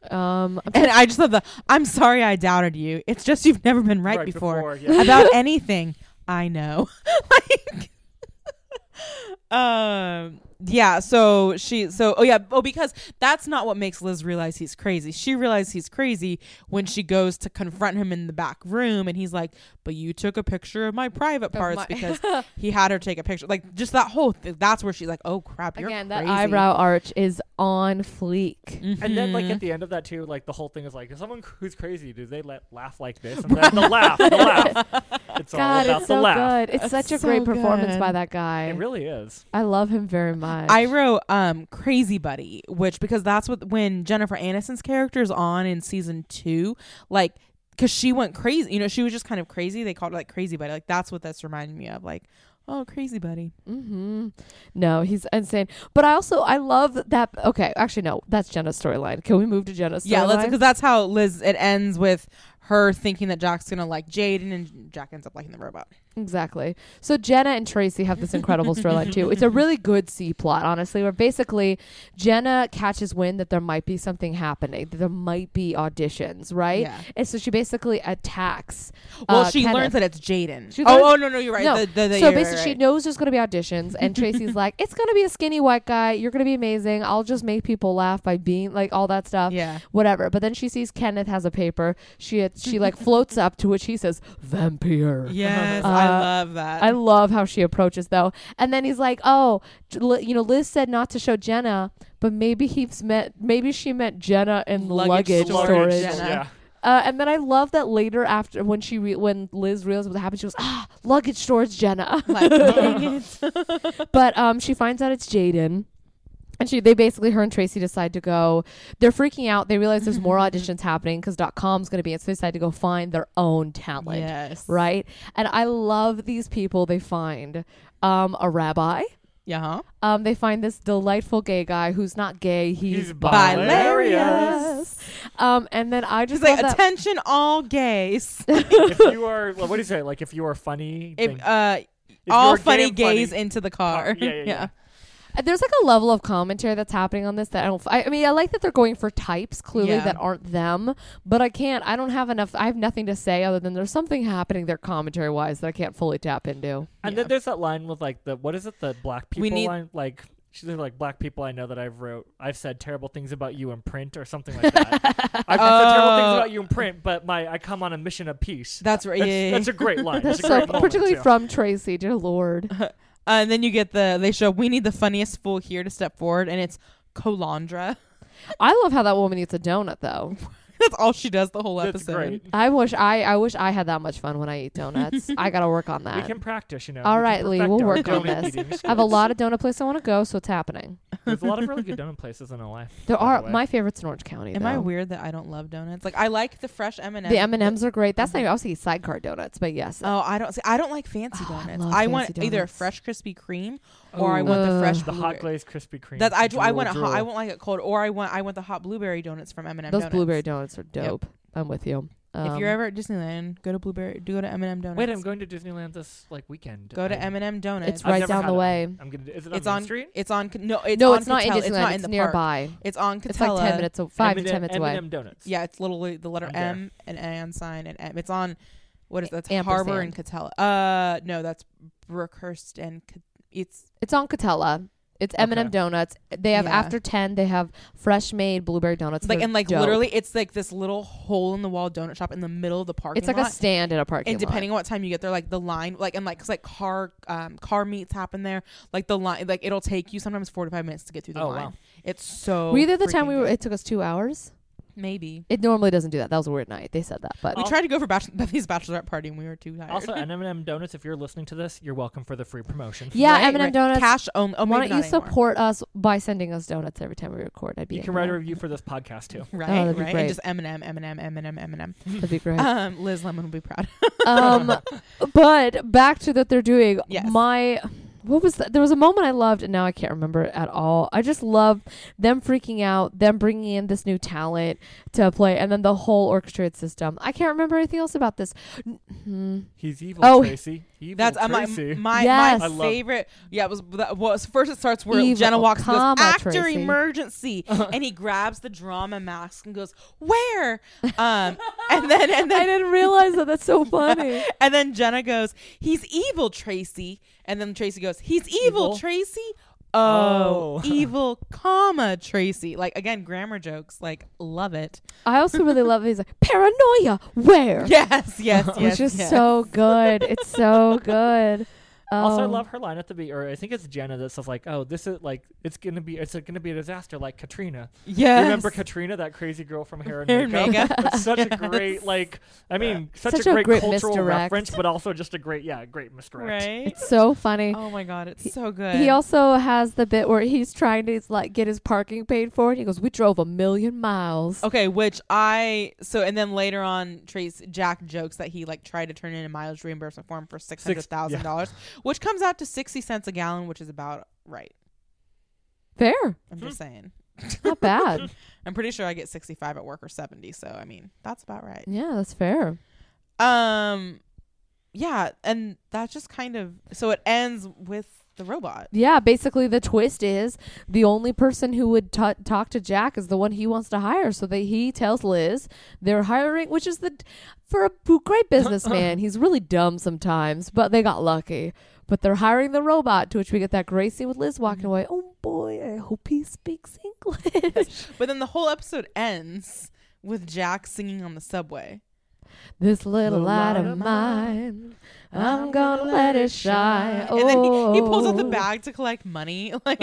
Speaker 3: Um I'm
Speaker 5: And I just love the I'm sorry I doubted you. It's just you've never been right, before.
Speaker 2: yeah.
Speaker 5: about anything I know. like um yeah, so she so oh yeah, oh because that's not what makes Liz realize he's crazy. She realizes he's crazy when she goes to confront him in the back room and he's like, "But you took a picture of my private parts
Speaker 3: my-
Speaker 5: because he had her take a picture." Like just that whole th- that's where she's like, "Oh crap, you're
Speaker 3: Again,
Speaker 5: crazy."
Speaker 3: that eyebrow arch is on fleek.
Speaker 2: And then, like at the end of that too, like the whole thing is like, if someone c- who's crazy, do they let laugh like this? And then the laugh, the laugh. It's all
Speaker 3: God,
Speaker 2: about
Speaker 3: it's
Speaker 2: the
Speaker 3: so
Speaker 2: laugh.
Speaker 3: good. It's
Speaker 5: That's
Speaker 3: such a
Speaker 5: so
Speaker 3: great performance
Speaker 5: good.
Speaker 3: by that guy.
Speaker 2: It really is.
Speaker 3: I love him very much.
Speaker 5: I wrote um Crazy Buddy, which because that's what when Jennifer Aniston's character is on in season two, like because she went crazy. You know, she was just kind of crazy. They called it like Crazy Buddy. Like that's what that's reminding me of. Like, oh, Crazy Buddy.
Speaker 3: hmm No, he's insane. But I also I love that. Okay, actually no, that's Jenna's storyline. Can we move to Jenna's?
Speaker 5: Yeah, let's
Speaker 3: storyline?
Speaker 5: because that's how Liz. It ends with her thinking that Jack's gonna like Jaden, and Jack ends up liking the robot.
Speaker 3: Exactly. So Jenna and Tracy have this incredible storyline too. It's a really good C plot, honestly, where basically Jenna catches wind that there might be something happening, that there might be auditions, right?
Speaker 5: Yeah.
Speaker 3: And so she basically attacks.
Speaker 5: Well,
Speaker 3: uh,
Speaker 5: she
Speaker 3: Kenneth.
Speaker 5: learns that it's Jaden.
Speaker 3: She
Speaker 5: Oh,
Speaker 3: learns-
Speaker 5: oh no, no, you're right.
Speaker 3: No.
Speaker 5: The- the- the-
Speaker 3: so
Speaker 5: you're right,
Speaker 3: basically, she
Speaker 5: right.
Speaker 3: knows there's going to be auditions, and Tracy's like, "It's going to be a skinny white guy. You're going to be amazing. I'll just make people laugh by being like all that stuff."
Speaker 5: Yeah.
Speaker 3: whatever. But then she sees Kenneth has a paper. She she like floats up to which he says, "Vampire."
Speaker 5: Yes,
Speaker 3: Uh,
Speaker 5: I love that.
Speaker 3: I love how she approaches though. And then he's like, "Oh, J- Li- you know, Liz said not to show Jenna, but maybe he's meant maybe she meant Jenna and luggage,
Speaker 5: Luggage
Speaker 3: storage."
Speaker 5: storage Jenna.
Speaker 2: Yeah.
Speaker 3: Uh, and then I love that later after when she re- when Liz realizes what happened, she goes, "Ah, luggage storage Jenna."
Speaker 5: Like, dang it.
Speaker 3: but um, she finds out it's Jaden. And she, they basically, her and Tracy decide to go. They're freaking out. They realize there's more auditions happening because .com's going to be in. So they decide to go find their own talent
Speaker 5: yes.
Speaker 3: right? And I love these people. They find um, a rabbi.
Speaker 5: Yeah. Huh?
Speaker 3: Um, they find this delightful gay guy who's not gay. He's,
Speaker 2: He's
Speaker 3: bi-
Speaker 5: Hilarious.
Speaker 3: Um, and then I just
Speaker 5: He's like,
Speaker 3: love that-
Speaker 5: attention, all gays.
Speaker 2: if you are, well, what do you say? Like, if you are funny, then-
Speaker 5: if, uh,
Speaker 2: If
Speaker 5: all
Speaker 2: you're gay
Speaker 5: funny
Speaker 2: and
Speaker 5: gays
Speaker 2: funny-
Speaker 5: into the car.
Speaker 2: Yeah, yeah, yeah.
Speaker 3: there's like a level of commentary that's happening on this that I don't. I, I mean, I like that they're going for types clearly
Speaker 5: Yeah.
Speaker 3: that aren't them, but I can't. I don't have enough. I have nothing to say other than there's something happening there commentary wise that I can't fully tap into.
Speaker 2: and
Speaker 5: Yeah.
Speaker 2: then there's that line with like the what is it? The black people
Speaker 5: We need-
Speaker 2: line, like. She's like black people. I know that I've wrote, I've said terrible things about you in print or something like that. I've said terrible things
Speaker 5: Oh.
Speaker 2: about you in print, but my I come on a mission of peace.
Speaker 5: That's right. Yeah,
Speaker 2: That's,
Speaker 5: yeah, yeah.
Speaker 2: that's a great line.
Speaker 3: That's
Speaker 2: It's a
Speaker 3: so
Speaker 2: great moment,
Speaker 3: particularly
Speaker 2: too.
Speaker 3: from Tracy, dear lord.
Speaker 5: Uh, and then you get the they show we need the funniest fool here to step forward, and it's Colandra.
Speaker 3: I love how that woman eats a donut though.
Speaker 5: That's all she does the whole
Speaker 2: That's
Speaker 5: episode.
Speaker 2: great.
Speaker 3: I wish I I wish I had that much fun when I eat donuts. I gotta work on
Speaker 2: We
Speaker 3: that.
Speaker 2: can practice, you know.
Speaker 3: All
Speaker 2: We can
Speaker 3: right, Lee,
Speaker 2: perfect
Speaker 3: we'll
Speaker 2: our
Speaker 3: work on
Speaker 2: donut
Speaker 3: this.
Speaker 2: eating
Speaker 3: I have a lot of donut places I want to go, so it's happening.
Speaker 2: There's a lot of really good donut places in LA.
Speaker 3: There
Speaker 2: by
Speaker 3: are
Speaker 2: the way.
Speaker 3: my favorites in Orange County.
Speaker 5: Am
Speaker 3: though.
Speaker 5: I weird that I don't love donuts? Like I like the fresh M and
Speaker 3: The M and M's are great. That's not even. I was thinking sidecar donuts, but yes. uh,
Speaker 5: Oh, I don't. See, I don't like fancy
Speaker 3: Oh, I
Speaker 5: donuts. I,
Speaker 3: love
Speaker 5: want
Speaker 3: fancy
Speaker 5: either a
Speaker 3: donuts.
Speaker 5: fresh Krispy Kreme or I
Speaker 2: Ooh.
Speaker 5: want the fresh
Speaker 3: Ugh.
Speaker 2: the hot
Speaker 5: blueberry.
Speaker 2: glazed Krispy Kreme.
Speaker 5: That I do. I want a
Speaker 2: Drool,
Speaker 5: hot. I
Speaker 2: drool.
Speaker 5: won't like it cold. Or I want. I want the hot blueberry donuts from M and m
Speaker 3: Those blueberry donuts are dope. I'm with you.
Speaker 5: if
Speaker 3: Um,
Speaker 5: you're ever at Disneyland, go to blueberry. Do go to M and m donuts.
Speaker 2: Wait, I'm going to Disneyland this like weekend.
Speaker 5: Go to
Speaker 2: I-
Speaker 5: M and m donuts.
Speaker 3: it's
Speaker 2: I've
Speaker 3: right
Speaker 2: never
Speaker 3: down
Speaker 2: had
Speaker 3: the
Speaker 2: it.
Speaker 3: way.
Speaker 2: I'm gonna. Is it on
Speaker 5: It's
Speaker 2: Main
Speaker 5: on.
Speaker 2: Street?
Speaker 5: It's on. No, it's
Speaker 3: no,
Speaker 5: on
Speaker 3: it's not in Disneyland.
Speaker 5: Coachella. It's
Speaker 3: It's,
Speaker 5: not in the park.
Speaker 3: nearby.
Speaker 5: It's on Coachella.
Speaker 3: It's like ten minutes, a- five to
Speaker 2: M&M
Speaker 3: ten minutes away.
Speaker 2: M&M donuts.
Speaker 5: Yeah, it's literally the letter
Speaker 2: I'm there.
Speaker 5: M and and sign and M. It's on what is that?
Speaker 3: Ampersand.
Speaker 5: Harbor and Catella. Uh, no, that's Brookhurst and Ca- it's
Speaker 3: It's on Catella. It's M and M
Speaker 2: Okay.
Speaker 3: donuts. They have
Speaker 5: Yeah.
Speaker 3: after ten. They have fresh made blueberry donuts.
Speaker 5: like
Speaker 3: They're
Speaker 5: and like
Speaker 3: dope.
Speaker 5: literally it's like this little hole in the wall donut shop in the middle of the parking.
Speaker 3: It's like
Speaker 5: lot.
Speaker 3: a stand in a parking
Speaker 5: and
Speaker 3: lot.
Speaker 5: depending on what time you get there, like the line, like and like, 'cause, like car, um, car meets happen there. Like the line, like it'll take you sometimes forty five minutes to get through the
Speaker 2: Oh,
Speaker 5: line.
Speaker 2: wow.
Speaker 5: It's so.
Speaker 3: were you there the time
Speaker 5: freaking
Speaker 3: we were?
Speaker 5: good.
Speaker 3: It took us two hours.
Speaker 5: Maybe
Speaker 3: It normally doesn't do that. That was a weird night. They said that, but
Speaker 5: we tried to go for bachelor- Bethany's bachelorette party and we were too tired.
Speaker 2: Also, M&M donuts. If you're listening to this, you're welcome for the free promotion.
Speaker 3: yeah,
Speaker 5: Right,
Speaker 3: M and M
Speaker 5: right.
Speaker 3: donuts.
Speaker 5: cash only. Oh,
Speaker 3: why
Speaker 5: maybe
Speaker 3: don't you
Speaker 5: not anymore.
Speaker 3: support us by sending us donuts every time we record? I'd be
Speaker 2: You
Speaker 3: in
Speaker 2: can
Speaker 3: for
Speaker 2: write a
Speaker 3: that.
Speaker 2: review for this podcast too.
Speaker 5: Right,
Speaker 3: that'd be
Speaker 5: right.
Speaker 3: great.
Speaker 5: And just Eminem, Eminem, Eminem, Eminem.
Speaker 3: That'd be great.
Speaker 5: Um, Liz Lemon will be proud.
Speaker 3: um, but back to that they're doing.
Speaker 5: Yes.
Speaker 3: My, what was that? There was a moment I loved, and now I can't remember it at all. I just loved them freaking out, them bringing in this new talent to play, and then the whole orchestrated system. I can't remember anything else about this. N- hmm.
Speaker 2: He's evil,
Speaker 3: Oh,
Speaker 2: Tracy. Evil
Speaker 5: That's uh, my
Speaker 2: Tracy.
Speaker 5: my,
Speaker 3: Yes. I
Speaker 5: my
Speaker 2: love-
Speaker 5: favorite. Yeah, it was that was first. It starts where
Speaker 3: Evil,
Speaker 5: Jenna walks and goes
Speaker 3: comma,
Speaker 5: actor
Speaker 3: Tracy."
Speaker 5: emergency, and he grabs the drama mask and goes where, um, and then
Speaker 3: I
Speaker 5: and then
Speaker 3: didn't realize that. That's so funny.
Speaker 5: and then Jenna goes he's evil Tracy, and then Tracy goes he's evil,
Speaker 2: Evil.
Speaker 5: Tracy. Oh,
Speaker 2: Oh.
Speaker 5: evil, comma Tracy. Like again, grammar jokes. Like love it.
Speaker 3: I also really love. He's like paranoia. Where?
Speaker 5: Yes, yes, yes.
Speaker 3: Which is
Speaker 5: yes.
Speaker 3: so good. It's so good.
Speaker 2: Also, I
Speaker 3: Um,
Speaker 2: love her line at the be, or I think it's Jenna that says like, "Oh, this is like it's gonna be it's gonna be a disaster like Katrina."
Speaker 5: Yes.
Speaker 2: Remember Katrina, that crazy girl from Hair and
Speaker 5: Hair and
Speaker 2: Makeup?
Speaker 5: Makeup.
Speaker 2: That's such a great like, I mean, such,
Speaker 3: Such
Speaker 2: a,
Speaker 3: a
Speaker 2: great
Speaker 3: great
Speaker 2: cultural
Speaker 3: misdirect.
Speaker 2: reference, but also just a great yeah, great misdirect.
Speaker 5: Right.
Speaker 3: It's so funny.
Speaker 5: Oh my god, it's so good.
Speaker 3: He also has the bit where he's trying to like get his parking paid for, and he goes, "We drove a million miles."
Speaker 5: Okay, which I so and then later on, Trace Jack jokes that he like tried to turn in a mileage reimbursement form for six hundred thousand dollars, which comes out to sixty cents a gallon, which is about right.
Speaker 3: Fair.
Speaker 5: I'm just saying.
Speaker 3: Not bad.
Speaker 5: I'm pretty sure I get 65 at work or 70. So I mean, that's about right.
Speaker 3: yeah, that's fair.
Speaker 5: Um, yeah, and that's just kind of so it ends with the robot.
Speaker 3: Yeah, basically the twist is the only person who would t- talk to Jack is the one he wants to hire. So that he tells Liz they're hiring, which is the for a bu- great businessman. he's really dumb sometimes, but they got lucky. But they're hiring the robot, to which we get that great scene with Liz walking away. Oh boy, I hope he speaks English.
Speaker 5: But then the whole episode ends with Jack singing on the subway.
Speaker 3: this little light of mine, I'm gonna let it shine. Oh.
Speaker 5: And then he, he pulls out the bag to collect money. Like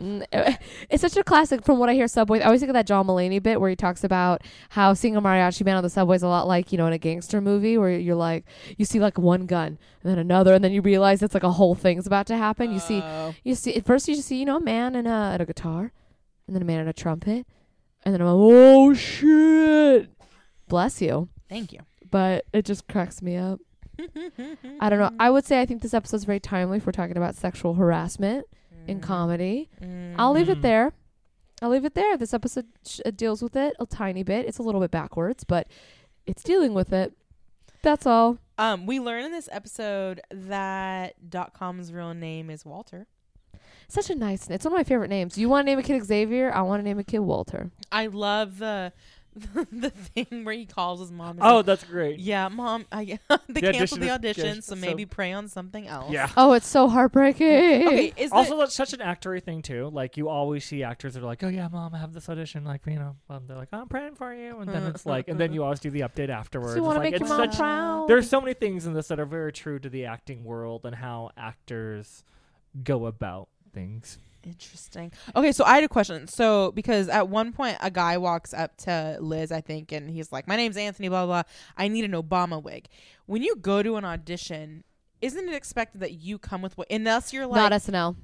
Speaker 3: Mm, It's such a classic from what I hear subway. I always think of that John Mulaney bit where he talks about how seeing a mariachi band on the subway is a lot like, you know, in a gangster movie where you're like, you see like one gun and then another, and then you realize it's like a whole thing's about to happen. You see,
Speaker 5: Oh.
Speaker 3: you see, at first you just see, you know, a man and a, and a guitar, and then a man and a trumpet, and then I'm like, oh shit. Bless you.
Speaker 5: Thank you.
Speaker 3: But it just cracks me up. I don't know. I would say I think this episode's very timely if we're talking about sexual harassment in comedy. I'll leave
Speaker 2: Mm.
Speaker 3: it there. I'll leave it there. This episode sh- uh, deals with it a tiny bit. It's a little bit backwards, but it's dealing with it. That's all.
Speaker 5: Um, we learn in this episode that dot com's real name is Walter.
Speaker 3: Such a nice. It's one of my favorite names. You want to name a kid Xavier? I want to name a kid Walter.
Speaker 5: I love the the thing where he calls his mom. and
Speaker 2: Oh,
Speaker 5: says,
Speaker 2: that's great.
Speaker 5: yeah, mom. I, they
Speaker 2: The
Speaker 5: canceled
Speaker 2: audition
Speaker 5: the
Speaker 2: is-
Speaker 5: audition,
Speaker 2: yes,
Speaker 5: so
Speaker 2: so-
Speaker 5: maybe pray on something else.
Speaker 2: Yeah.
Speaker 3: Oh, it's so heartbreaking.
Speaker 5: Okay. Is
Speaker 2: Also, that's such an actory thing too. Like you always see actors that are like, "Oh yeah, mom, I have this audition." Like you know, um, they're like, "I'm praying for you," and then it's like, and then you always do the update afterwards.
Speaker 3: So you
Speaker 2: It's
Speaker 3: want to
Speaker 2: like,
Speaker 3: make your
Speaker 2: it's
Speaker 3: mom
Speaker 2: such-
Speaker 3: proud?
Speaker 2: There's so many things in this that are very true to the acting world and how actors go about things.
Speaker 5: Interesting. Okay, so I had a question. So because at one point a guy walks up to Liz, I think, and he's like, "My name's Anthony, blah blah. blah. I need an Obama wig." When you go to an audition, isn't it expected that you come with what? Unless you're
Speaker 3: not
Speaker 5: like
Speaker 3: SNL.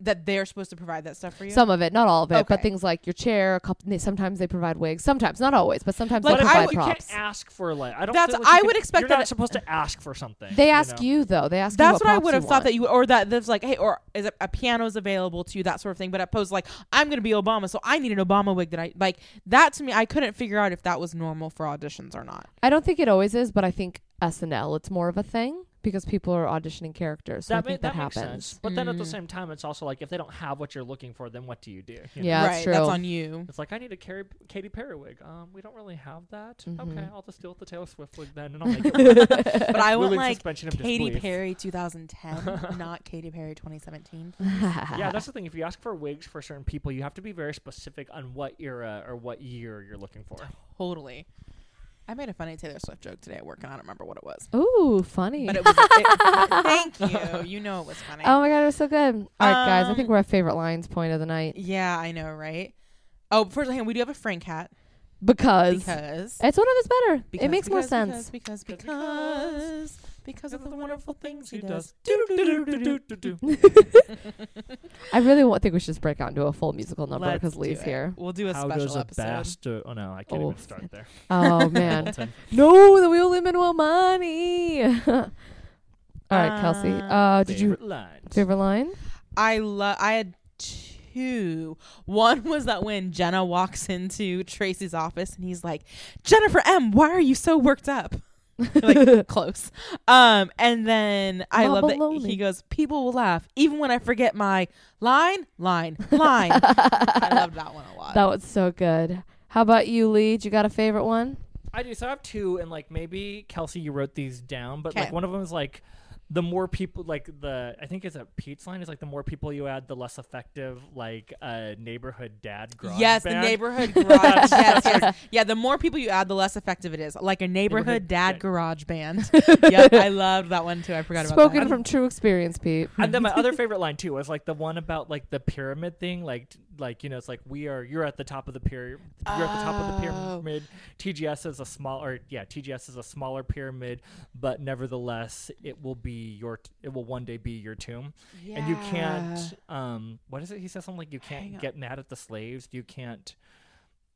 Speaker 5: that they're supposed to provide that stuff for you.
Speaker 3: Some of it, not all of it, but
Speaker 5: Okay.
Speaker 3: things like your chair. A couple. they- Sometimes they provide wigs. Sometimes, not always, but sometimes
Speaker 5: Like,
Speaker 3: they
Speaker 5: I
Speaker 3: provide
Speaker 5: would-
Speaker 2: you can't
Speaker 3: props.
Speaker 2: ask for like I don't.
Speaker 5: That's-
Speaker 2: feel like you
Speaker 5: I would
Speaker 2: can-
Speaker 5: expect
Speaker 2: you're
Speaker 5: that
Speaker 2: not
Speaker 5: it-
Speaker 2: supposed to ask for something.
Speaker 3: They
Speaker 2: you
Speaker 3: ask
Speaker 2: know?
Speaker 3: you, though. They ask. you
Speaker 5: That's
Speaker 3: what
Speaker 5: what I
Speaker 3: props
Speaker 5: would have
Speaker 3: you
Speaker 5: thought
Speaker 3: want.
Speaker 5: that you or that there's like, hey, or is a, a piano is available to you, that sort of thing. But at pose like, I'm gonna be Obama, so I need an Obama wig that I like. That to me, I couldn't figure out if that was normal for auditions or not.
Speaker 3: I don't think it always is, but I think SNL it's more of a thing because people are auditioning characters. So I
Speaker 2: That, ma-
Speaker 3: think that,
Speaker 2: that makes
Speaker 3: happens. Mm.
Speaker 2: sense. But then at the same time, it's also like if they don't have what you're looking for, then what do you do? you know?
Speaker 3: Yeah,
Speaker 5: right,
Speaker 3: that's true.
Speaker 5: that's on you.
Speaker 2: It's like I need a Carrie, Katy Perry wig. Um, we don't really have that.
Speaker 5: Mm-hmm.
Speaker 2: Okay, I'll just deal with the Taylor Swift wig then, and I'll make it. work.
Speaker 5: But I want
Speaker 2: Willing
Speaker 5: like
Speaker 2: suspension of
Speaker 5: Katy
Speaker 2: disbelief.
Speaker 5: Perry 2010, not Katy Perry 2017.
Speaker 2: yeah, that's the thing. If you ask for wigs for certain people, you have to be very specific on what era or what year you're looking for.
Speaker 5: Oh, Totally. I made a funny Taylor Swift joke today at work, and I don't remember what it was.
Speaker 3: Ooh, funny.
Speaker 5: But it was. it, thank you. You know it was funny.
Speaker 3: oh my god, it was so good. All right, guys, I think
Speaker 5: Um,
Speaker 3: we're at favorite lines point of the night
Speaker 5: Yeah, I know, right? Oh, first hand, we do have a Frank hat
Speaker 3: because,
Speaker 5: because
Speaker 3: it's one of his better.
Speaker 5: Because-
Speaker 3: it makes more
Speaker 5: because-
Speaker 3: sense.
Speaker 5: Because because because,
Speaker 2: because-
Speaker 5: because of the wonderful things he does.
Speaker 3: I really won't think we should just break out into a full musical number
Speaker 5: Let's
Speaker 3: because
Speaker 5: do
Speaker 3: Lee's
Speaker 5: it.
Speaker 3: here.
Speaker 5: We'll do a
Speaker 2: How
Speaker 5: special
Speaker 2: does a
Speaker 5: episode.
Speaker 2: bastard? Oh no, I can't
Speaker 3: Oh,
Speaker 2: even start there.
Speaker 3: Oh man, no, the wheel limit will money. All right, Kelsey.
Speaker 5: Um,
Speaker 3: Uh, did you
Speaker 2: Favorite lines.
Speaker 3: favorite line?
Speaker 5: I love. I had two. One was that when Jenna walks into Tracy's office and he's like, "Jennifer M, why are you so worked up?" like close. Um, and then I
Speaker 3: Ma
Speaker 5: love that
Speaker 3: baloney.
Speaker 5: he goes, "People will laugh even when I forget my line, line, line." I loved that one a lot.
Speaker 3: That was so good. How about you, Lee? You got a favorite one?
Speaker 2: I do. So I have two, and like maybe Kelsey, you wrote these down, but
Speaker 5: Okay.
Speaker 2: like one of them is like the more people, like the I think it's a Pete's line is like the more people you add, the less effective like uh, neighborhood dad garage
Speaker 5: yes,
Speaker 2: band.
Speaker 5: the neighborhood garage. yes, yes. Yeah, the more people you add, the less effective it is. Like a neighborhood,
Speaker 2: Neighborhood
Speaker 5: dad
Speaker 2: dad.
Speaker 5: garage band. yep, I loved that one too. I forgot about
Speaker 3: Spoken
Speaker 5: that.
Speaker 3: from true experience, Pete.
Speaker 2: and then my other favorite line too was like the one about like the pyramid thing, like t- like you know it's like we are you're at the top of the pyramid, you're at the top of the
Speaker 5: Oh.
Speaker 2: pyramid. TGS is a small or yeah TGS is a smaller pyramid, but nevertheless it will be your t- it will one day be your tomb, and you can't um what is it he says something like you can't
Speaker 5: Hang on.
Speaker 2: get mad at the slaves, you can't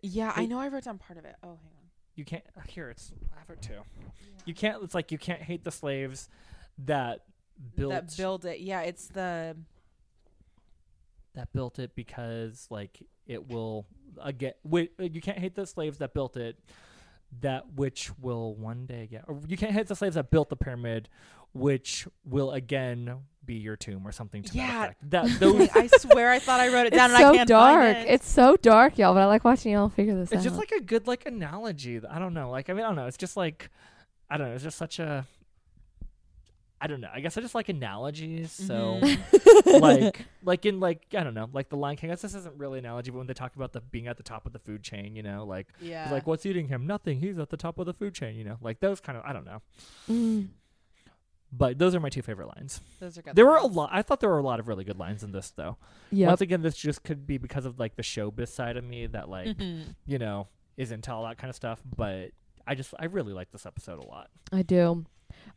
Speaker 5: Yeah, I know. I wrote down part of it. Oh, hang on.
Speaker 2: you can't uh, here it's I have it too, you can't it's like you can't hate the slaves that built
Speaker 5: That build it. Yeah, it's the.
Speaker 2: that built it because like it will uh, again wait, you can't hate the slaves that built it that which will one day again or you can't hate the slaves that built the pyramid which will again be your tomb or something to
Speaker 5: Yeah.
Speaker 2: that effect. That those
Speaker 5: I swear I thought I wrote it
Speaker 3: It's
Speaker 5: down and
Speaker 3: so
Speaker 5: I can't
Speaker 3: dark.
Speaker 5: find it.
Speaker 3: It's so dark, y'all. But I like watching y'all figure this
Speaker 2: it's
Speaker 3: out.
Speaker 2: just like a good like analogy. that- I don't know. Like I mean I don't know. It's just like I don't know. It's just such a I don't know. I guess I just like analogies. So like like in like I don't know. Like the Lion King. I guess this isn't really an analogy, but when they talk about the being at the top of the food chain, you know, like he's
Speaker 5: yeah.
Speaker 2: like what's eating him? Nothing. He's at the top of the food chain. You know, like those kind of I don't know.
Speaker 3: Mm.
Speaker 2: But those are my two favorite lines.
Speaker 5: Those are good.
Speaker 2: There were a lot. I thought there were a lot of really good lines in this though. Once
Speaker 3: Yep.
Speaker 2: again, this just could be because of like the showbiz side of me that
Speaker 5: Mm-hmm.
Speaker 2: like you know, is into all that kind of stuff. But I just, I really like this episode a lot.
Speaker 3: I do.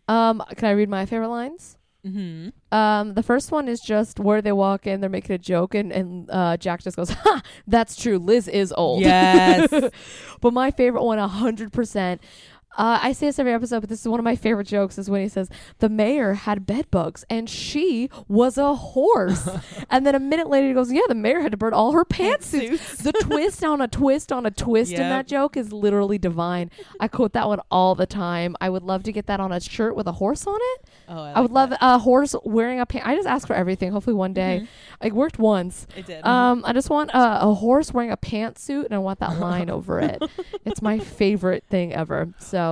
Speaker 3: Um, can I read my favorite lines?
Speaker 5: Mm-hmm.
Speaker 3: Um, the first one is just where they walk in, they're making a joke, and, and uh, Jack just goes, "Ha, that's true. Liz is old."
Speaker 5: Yes.
Speaker 3: but my favorite one, hundred percent. Uh, I say this every episode, but this is one of my favorite jokes. Is when he says the mayor had bed bugs and she was a horse, and then a minute later he goes, "Yeah, the mayor had to burn all her pantsuits." the twist on a twist on a twist in
Speaker 5: Yep.
Speaker 3: that joke is literally divine. I quote that one all the time. I would love to get that on a shirt with a horse on it.
Speaker 5: Oh,
Speaker 3: I would love a horse wearing a pant. I just ask for everything. Hopefully, one day. Mm-hmm. It worked once.
Speaker 5: It did.
Speaker 3: Um, I just want a, a horse wearing a pantsuit, and I want that line over it. It's my favorite thing ever. So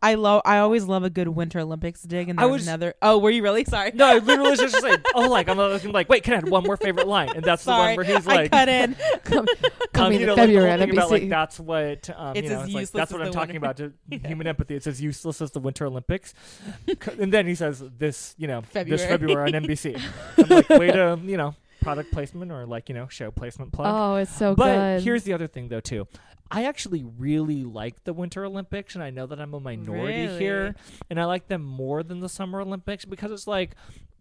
Speaker 5: I love. I always love a good Winter Olympics dig. And
Speaker 2: I
Speaker 5: there's
Speaker 2: was-
Speaker 5: another. Oh, were you really sorry?
Speaker 2: No, I literally was just like, oh, like I'm like, I'm like, wait, can I have one more favorite line? And that's the
Speaker 5: sorry.
Speaker 2: one where he's
Speaker 5: I
Speaker 2: like,
Speaker 5: cut in.
Speaker 3: come,
Speaker 2: um,
Speaker 3: coming
Speaker 2: you know,
Speaker 3: in
Speaker 2: like, the whole
Speaker 3: February on
Speaker 2: thing
Speaker 3: NBC.
Speaker 2: about, like, that's what, um,
Speaker 5: It's
Speaker 2: you know, it's
Speaker 5: as
Speaker 2: like,
Speaker 5: useless
Speaker 2: that's
Speaker 5: as
Speaker 2: what I'm
Speaker 5: the
Speaker 2: talking
Speaker 5: Winter-
Speaker 2: about. To Human empathy. It's as useless as the Winter Olympics. C- and then he says this, you know, this
Speaker 5: February.
Speaker 2: February on NBC. I'm like, way to, you know, product placement or like, you know, show placement plug.
Speaker 3: oh, it's so
Speaker 2: but
Speaker 3: good.
Speaker 2: here's the other thing though too i actually really like the winter olympics and i know that i'm a minority here
Speaker 5: Really?
Speaker 2: and i like them more than the summer olympics because it's like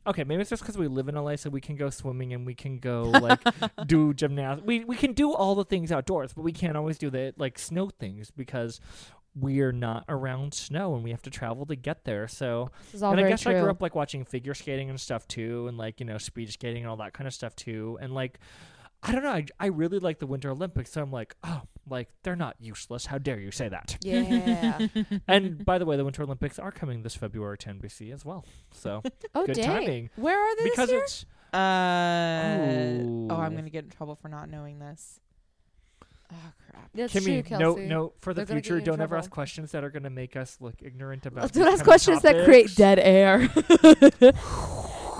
Speaker 2: okay maybe it's just because we live in la so we can go swimming and we can go like do gymnastics we, we can do all the things outdoors but we can't always do the like snow things because we're not around snow and we have to travel to get there so
Speaker 3: this is all
Speaker 2: and I
Speaker 3: very
Speaker 2: guess
Speaker 3: true.
Speaker 2: I grew up like watching figure skating and stuff too, and like you know speed skating and all that kind of stuff too, and like I don't know, I, I really like the Winter Olympics, so I'm like, oh, like they're not useless. How dare you say that?
Speaker 3: yeah.
Speaker 2: and by the way, the Winter Olympics are coming this February to NBC as well, so
Speaker 3: oh,
Speaker 2: good
Speaker 3: dang.
Speaker 2: timing
Speaker 5: Where are they
Speaker 2: because
Speaker 5: this year?
Speaker 2: it's
Speaker 5: Uh, oh,
Speaker 2: Ooh.
Speaker 5: I'm gonna get in trouble for not knowing this. Oh crap.
Speaker 3: That's
Speaker 2: Kimmy.
Speaker 3: true,
Speaker 2: no,
Speaker 3: Kelsey.
Speaker 2: no, for the
Speaker 3: They're gonna get
Speaker 2: future,
Speaker 3: you in
Speaker 2: don't ever
Speaker 3: trouble.
Speaker 2: ask questions that are going to make us look ignorant about.
Speaker 3: Don't
Speaker 2: these kind
Speaker 3: ask
Speaker 2: of
Speaker 3: questions that create
Speaker 2: uh, topics.
Speaker 3: dead air.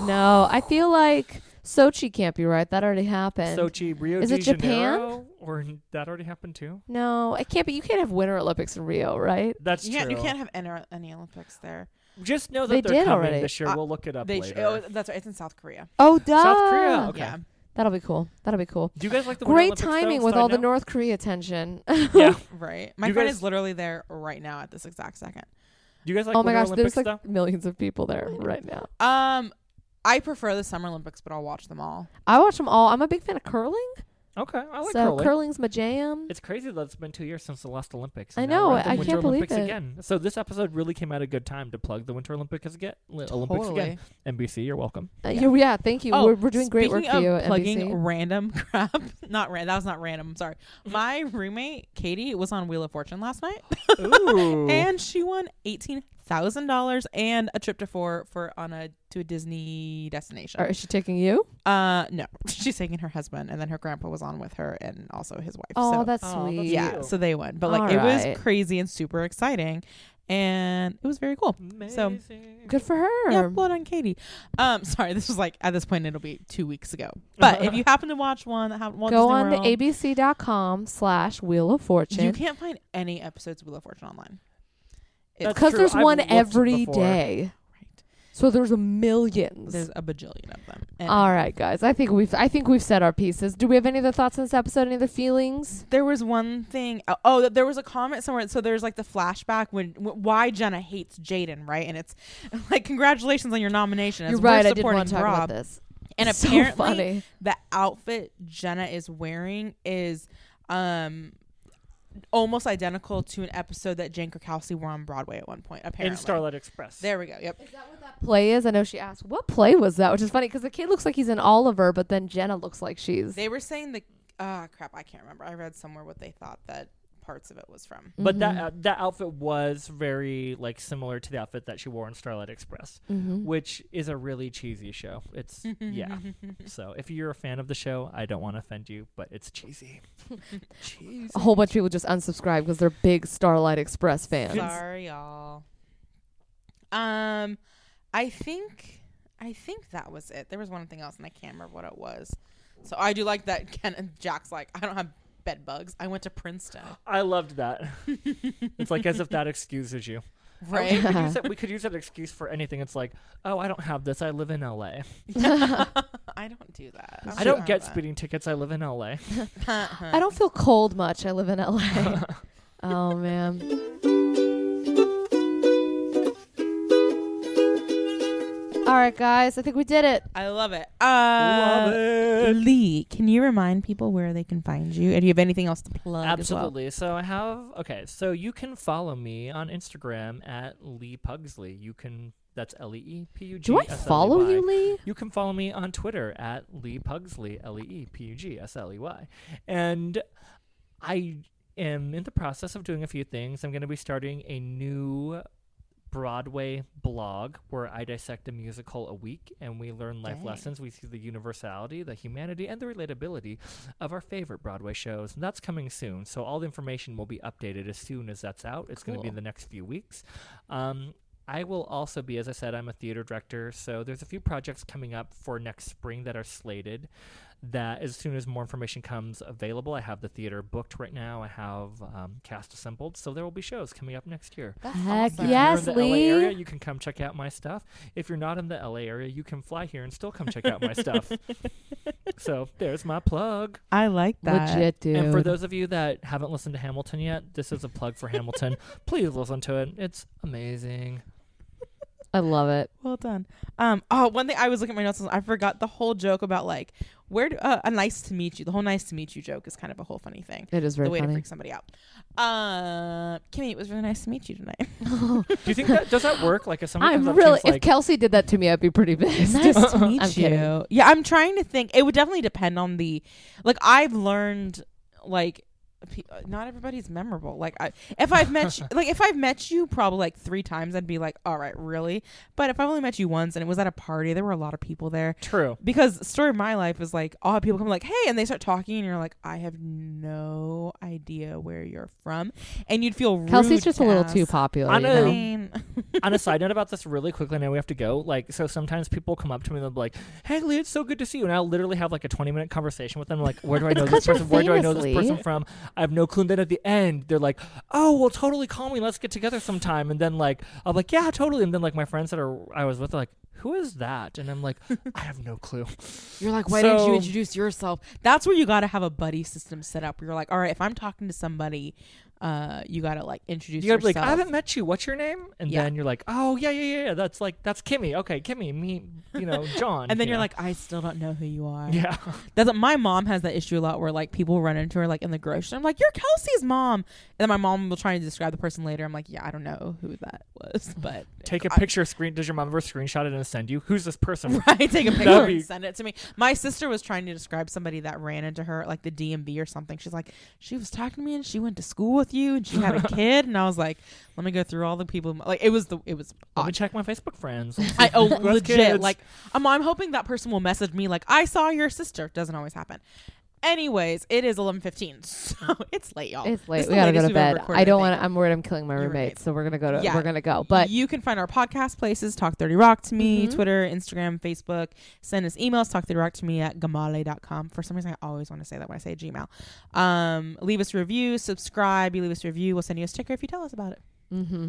Speaker 3: no, I feel like Sochi can't be right. That already happened.
Speaker 2: Sochi, Rio
Speaker 3: Is
Speaker 2: de
Speaker 3: it Japan?
Speaker 2: Janeiro, or that already happened too?
Speaker 3: No, it can't be. You can't have Winter Olympics in Rio, right?
Speaker 2: That's
Speaker 5: You can't,
Speaker 2: true.
Speaker 5: you can't have any, any Olympics there.
Speaker 2: Just know that
Speaker 3: They
Speaker 2: are
Speaker 3: did
Speaker 2: coming
Speaker 3: already.
Speaker 2: this year.
Speaker 5: Uh,
Speaker 2: we'll look it up
Speaker 5: They sh-
Speaker 2: later.
Speaker 5: oh, that's right. It's in South Korea.
Speaker 3: Oh, duh.
Speaker 2: South Korea. Okay.
Speaker 5: Yeah.
Speaker 3: That'll be cool. That'll be
Speaker 5: oh,
Speaker 3: cool.
Speaker 2: Do you guys like the Winter
Speaker 3: Great
Speaker 2: Olympics, though,
Speaker 3: timing
Speaker 2: so
Speaker 3: with
Speaker 2: I
Speaker 3: all the
Speaker 2: know?
Speaker 3: North Korea tension.
Speaker 2: Yeah.
Speaker 5: Right. My
Speaker 2: You
Speaker 5: friend
Speaker 2: guys-
Speaker 5: is literally there right now at this exact second.
Speaker 2: Do you guys like
Speaker 3: oh my
Speaker 2: Winter
Speaker 3: gosh,
Speaker 2: Olympics
Speaker 3: there's like
Speaker 2: though?
Speaker 3: millions of people there right now.
Speaker 5: Um, I prefer the Summer Olympics, but I'll watch them all.
Speaker 3: I watch them all. I'm a big fan of curling,
Speaker 2: Okay, I like
Speaker 3: so
Speaker 2: curling.
Speaker 3: curling's my jam.
Speaker 2: it's crazy that it's been two years since the last Olympics.
Speaker 3: I
Speaker 2: and now we're
Speaker 3: know,
Speaker 2: at the
Speaker 3: I
Speaker 2: Winter
Speaker 3: can't believe
Speaker 2: Olympics
Speaker 3: it.
Speaker 2: again. So this episode really came at a good time to plug the Winter Olympics again. li- Olympics again. NBC, you're welcome.
Speaker 3: Uh, you're- yeah, thank you.
Speaker 5: Oh,
Speaker 3: we're, we're doing great work
Speaker 5: Speaking
Speaker 3: for
Speaker 5: of
Speaker 3: you at
Speaker 5: plugging
Speaker 3: NBC.
Speaker 5: random crap. Not ran. That was not random. I'm sorry. My roommate Katie was on Wheel of Fortune last night,
Speaker 2: Ooh.
Speaker 5: and she won eighteen thousand dollars and a trip to four for on a to a Disney destination.
Speaker 3: Or is she taking you?
Speaker 5: Uh, no, she's taking her husband, and then her grandpa was on with her and also his wife.
Speaker 3: Oh,
Speaker 5: so,
Speaker 3: that's
Speaker 2: Aw, that's
Speaker 3: sweet.
Speaker 5: yeah.
Speaker 2: cute.
Speaker 5: So they won, but like
Speaker 3: All
Speaker 5: it
Speaker 3: right.
Speaker 5: was crazy and super exciting, and it was very cool. So
Speaker 3: Good for her.
Speaker 5: yeah, blood on Katie. Um, sorry, this was like at this point it'll be two weeks ago. But if you happen to watch one that happened, Walt
Speaker 3: Go
Speaker 5: Disney
Speaker 3: on to
Speaker 5: World,
Speaker 3: abc.com slash Wheel of
Speaker 5: You
Speaker 3: Fortune.
Speaker 5: can't find any episodes of Wheel of Fortune online.
Speaker 2: That's
Speaker 3: Because
Speaker 2: true.
Speaker 3: there's
Speaker 2: I've
Speaker 3: one
Speaker 2: looked
Speaker 3: every
Speaker 2: before.
Speaker 3: day.
Speaker 5: Right.
Speaker 3: So there's millions.
Speaker 5: There's a bajillion of them. And
Speaker 3: All right, guys. I think we've I think we've said our pieces. Do we have any other thoughts on this episode? Any other feelings?
Speaker 5: there was one thing. oh, Oh, there was a comment somewhere. So there's like the flashback when wh- why Jenna hates Jaden, right? And it's like congratulations on your nomination. As
Speaker 3: You're right.
Speaker 5: We're
Speaker 3: I did
Speaker 5: supporting
Speaker 3: want to talk
Speaker 5: Rob.
Speaker 3: about this.
Speaker 5: And
Speaker 3: It's so
Speaker 5: apparently,
Speaker 3: funny.
Speaker 5: the outfit Jenna is wearing is um almost identical to an episode that Jane Krakowski wore on Broadway at one point. Apparently,
Speaker 2: in Starlight Express.
Speaker 5: There we go. Yep.
Speaker 3: Is that what that play is? I know she asked, what play was that? Which is funny because the kid looks like he's in Oliver, but then Jenna looks like she's.
Speaker 5: They were saying the ah crap. I can't remember. I read somewhere what they thought that parts of it was from.
Speaker 2: But that uh, that outfit was very like similar to the outfit that she wore in Starlight Express, which is a really cheesy show. It's yeah. So if you're a fan of the show, I don't want to offend you, but it's cheesy. cheesy.
Speaker 3: a whole bunch of people just unsubscribe because they're big Starlight Express fans.
Speaker 5: Sorry, y'all. Um, I think I think that was it. There was one thing else, and I can't remember what it was. So I do like that. Ken and Jack's like, I don't have bed bugs. I went to Princeton.
Speaker 2: I loved that. it's like as if that excuses you. We
Speaker 5: Right.
Speaker 2: could, use that, we could use that excuse for anything. It's like, oh, I don't have this. I live in LA.
Speaker 5: I don't do that.
Speaker 2: I don't
Speaker 5: Uh,
Speaker 2: get speeding tickets. I live in LA.
Speaker 3: I don't feel cold much. I live in LA. oh, man. All right, guys. I think we did it.
Speaker 5: I love it. Uh,
Speaker 2: Love it.
Speaker 5: Lee, can you remind people where they can find you? And do you have anything else to plug? as well?
Speaker 2: Absolutely. So I have okay. So you can follow me on Instagram at Lee Pugsley. You can that's L E E P U G.
Speaker 3: Do I follow you, Lee?
Speaker 2: You can follow me on Twitter at Lee Pugsley, L E E P U G S L E Y. And I am in the process of doing a few things. I'm going to be starting a new Broadway blog where I dissect a musical a week and we learn life lessons. We see the universality, the humanity, and the relatability of our favorite Broadway shows. And that's coming soon. So all the information will be updated as soon as that's out. It's going to be in the next few weeks. Um, I will also be, as I said, I'm a theater director, so there's a few projects coming up for next spring that are slated. That as soon as more information comes available, I have the theater booked right now. I have um, cast assembled, so there will be shows coming up next year.
Speaker 3: Heck
Speaker 2: If
Speaker 3: yes,
Speaker 2: you're in the
Speaker 3: Lee.
Speaker 2: LA area, you can come check out my stuff. If you're not in the LA area, you can fly here and still come check out my stuff. So there's my plug.
Speaker 5: I like that.
Speaker 3: Legit, dude.
Speaker 2: And for those of you that haven't listened to Hamilton yet, this is a plug for Hamilton. Please listen to it. It's amazing.
Speaker 3: I love it.
Speaker 5: Well done. Um. Oh, one thing I was looking at my notes. and I forgot the whole joke about like where do, uh, a nice to meet you. The whole nice to meet you joke is kind of a whole funny thing.
Speaker 3: It is very
Speaker 5: the way to
Speaker 3: funny.
Speaker 5: freak somebody out. Uh, Kimmy, it was really nice to meet you tonight.
Speaker 2: Do you think that does that work? Like if someone
Speaker 3: I'm
Speaker 2: comes
Speaker 3: really.
Speaker 2: up to you and is
Speaker 3: If
Speaker 2: like,
Speaker 3: Kelsey did that to me, I'd be pretty pissed.
Speaker 5: nice to meet
Speaker 3: I'm
Speaker 5: you.
Speaker 3: kidding.
Speaker 5: Yeah, I'm trying to think. It would definitely depend on the like I've learned like pe- uh, not everybody's memorable. Like I if I've met you, like if I've met you probably like 3 times I'd be like, "All right, really?" But if I've only met you once and it was at a party, there were a lot of people there.
Speaker 2: true.
Speaker 5: Because the story of my life is like all people come like, "Hey," and they start talking and you're like, "I have no idea where you're from." And you'd feel
Speaker 3: Kelsey's
Speaker 5: rude
Speaker 3: just a
Speaker 5: to
Speaker 3: little
Speaker 5: ask.
Speaker 3: too popular.
Speaker 2: I
Speaker 3: you
Speaker 5: I
Speaker 2: know.
Speaker 3: know?
Speaker 5: mean,
Speaker 2: on a side note about this really quickly, I know we have to go. Like, so sometimes people come up to me and they'll be like, Hey Lee, it's so good to see you. And I'll literally have like a 20 minute conversation with them. Like, where do I know this
Speaker 3: 'cause you're
Speaker 2: person? Where do I know this
Speaker 3: famous,
Speaker 2: person
Speaker 3: Lee.
Speaker 2: from? I have no clue. And then at the end, they're like, Oh, well, totally call me. Let's get together sometime. And then like, I'm like, Yeah, totally. And then like my friends that are I was with are like, Who is that? And I'm like, I have no clue.
Speaker 5: You're like,
Speaker 2: "Why didn't you So-
Speaker 5: introduce yourself? That's where you got to have a buddy system set up. Where you're like, all right, if I'm talking to somebody, uh, you got to like introduce
Speaker 2: You gotta be
Speaker 5: yourself.
Speaker 2: like, I haven't met you. What's your name? And
Speaker 5: Yeah.
Speaker 2: then you're like, Oh yeah, yeah, yeah. yeah. That's like that's Kimmy. Okay, Kimmy, me, you know, John.
Speaker 5: and then
Speaker 2: you
Speaker 5: you're
Speaker 2: know.
Speaker 5: like, I still don't know who you are.
Speaker 2: Yeah.
Speaker 5: That's what my mom has that issue a lot, where like people run into her like in the grocery. store. I'm like, you're Kelsey's mom, and then my mom will try to describe the person later. I'm like, yeah, I don't know who that was, but
Speaker 2: Take a
Speaker 5: I-
Speaker 2: picture, screen. Does your mom ever screenshot it and send you? Who's this person?
Speaker 5: I take a picture
Speaker 2: That'd be-
Speaker 5: and send it to me. My sister was trying to describe somebody that ran into her, at, like the DMV or something. She's like, she was talking to me and she went to school with you and she had a kid. And I was like, let me go through all the people. Like it was the it was
Speaker 2: Let me
Speaker 5: odd.
Speaker 2: check my Facebook friends. Let's
Speaker 5: I
Speaker 2: see
Speaker 5: oh
Speaker 2: who has
Speaker 5: legit
Speaker 2: kids.
Speaker 5: like I'm I'm hoping that person will message me like I saw your sister. Doesn't always happen. Anyways, it is 11:15, so
Speaker 2: Mm.
Speaker 5: it's late, y'all.
Speaker 3: It's
Speaker 5: This
Speaker 3: late.
Speaker 5: is
Speaker 3: We
Speaker 5: the
Speaker 3: gotta go
Speaker 5: latest
Speaker 3: to
Speaker 5: we've ever
Speaker 3: bed.
Speaker 5: recorded,
Speaker 3: I don't
Speaker 5: think.
Speaker 3: want. to I'm worried. I'm killing my
Speaker 5: Your
Speaker 3: roommates,
Speaker 5: roommates.
Speaker 3: so we're gonna
Speaker 2: uh,
Speaker 3: go to.
Speaker 5: Yeah.
Speaker 3: We're gonna go. But
Speaker 5: you can find our podcast places talk 30 rock to me
Speaker 2: Mm-hmm.
Speaker 5: twitter instagram facebook send us emails talk 30 rock to me at gamale.com for some reason i always want to say that when i say gmail um, leave us a review subscribe you leave us a review we'll send you a sticker if you tell us about it
Speaker 3: hmm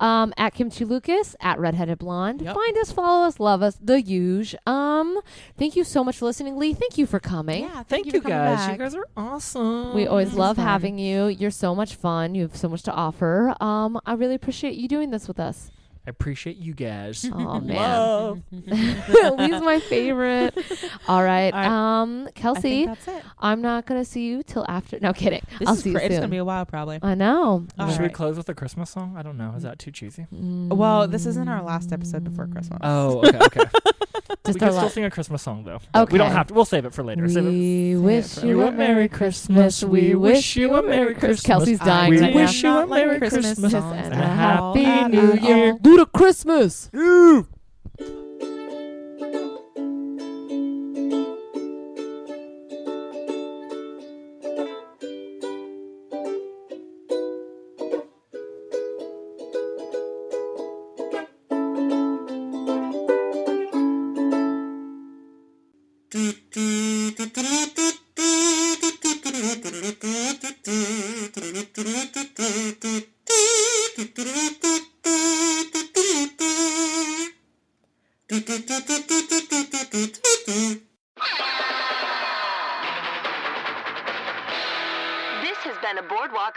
Speaker 3: Um, at Kimchi Lucas, at Redheaded Blonde.
Speaker 5: Yep.
Speaker 3: Find us, follow us, love us, the huge. Um, thank you so much for listening, Lee. Thank you for coming.
Speaker 2: thank, you,
Speaker 5: for coming
Speaker 2: guys. You
Speaker 5: back.
Speaker 2: guys are awesome.
Speaker 3: We always
Speaker 5: Oh, This is
Speaker 3: love
Speaker 5: fun.
Speaker 3: having you. You're so much fun. You have so much to offer. Um, I really appreciate you doing this with us.
Speaker 2: I appreciate you guys.
Speaker 3: Oh, man.
Speaker 2: Love.
Speaker 3: Lee's my favorite. All right.
Speaker 5: All right.
Speaker 3: Um,
Speaker 5: I
Speaker 3: Kelsey,
Speaker 5: think that's it.
Speaker 3: I'm not gonna see you till after. No kidding.
Speaker 5: This
Speaker 3: I'll
Speaker 5: is
Speaker 3: see
Speaker 5: cra-
Speaker 3: you
Speaker 5: It's
Speaker 3: soon.
Speaker 5: gonna be a while, probably.
Speaker 3: I know.
Speaker 5: All
Speaker 2: Should we
Speaker 5: right.
Speaker 2: close with a Christmas song? I don't know. Is that too cheesy?
Speaker 3: Mm.
Speaker 5: Well, this isn't our last episode before Christmas.
Speaker 2: Oh, okay, okay. we
Speaker 3: Just
Speaker 2: can still
Speaker 3: our last.
Speaker 2: sing a Christmas song though. But We don't
Speaker 3: Okay.
Speaker 2: have to. We'll save it for later. Save it.
Speaker 3: We wish
Speaker 2: for-
Speaker 3: you a Merry Christmas. We wish you a Merry Christmas. Kelsey's
Speaker 5: I
Speaker 3: dying
Speaker 2: We
Speaker 3: right now.
Speaker 2: wish you a
Speaker 5: Not like
Speaker 2: Merry
Speaker 5: Christmas
Speaker 2: Christmas,
Speaker 5: songs
Speaker 2: and a
Speaker 5: at all.
Speaker 2: Happy
Speaker 5: Not
Speaker 2: New
Speaker 5: at
Speaker 2: Year.
Speaker 5: all.
Speaker 3: Luda Christmas.
Speaker 1: This has been a Boardwalk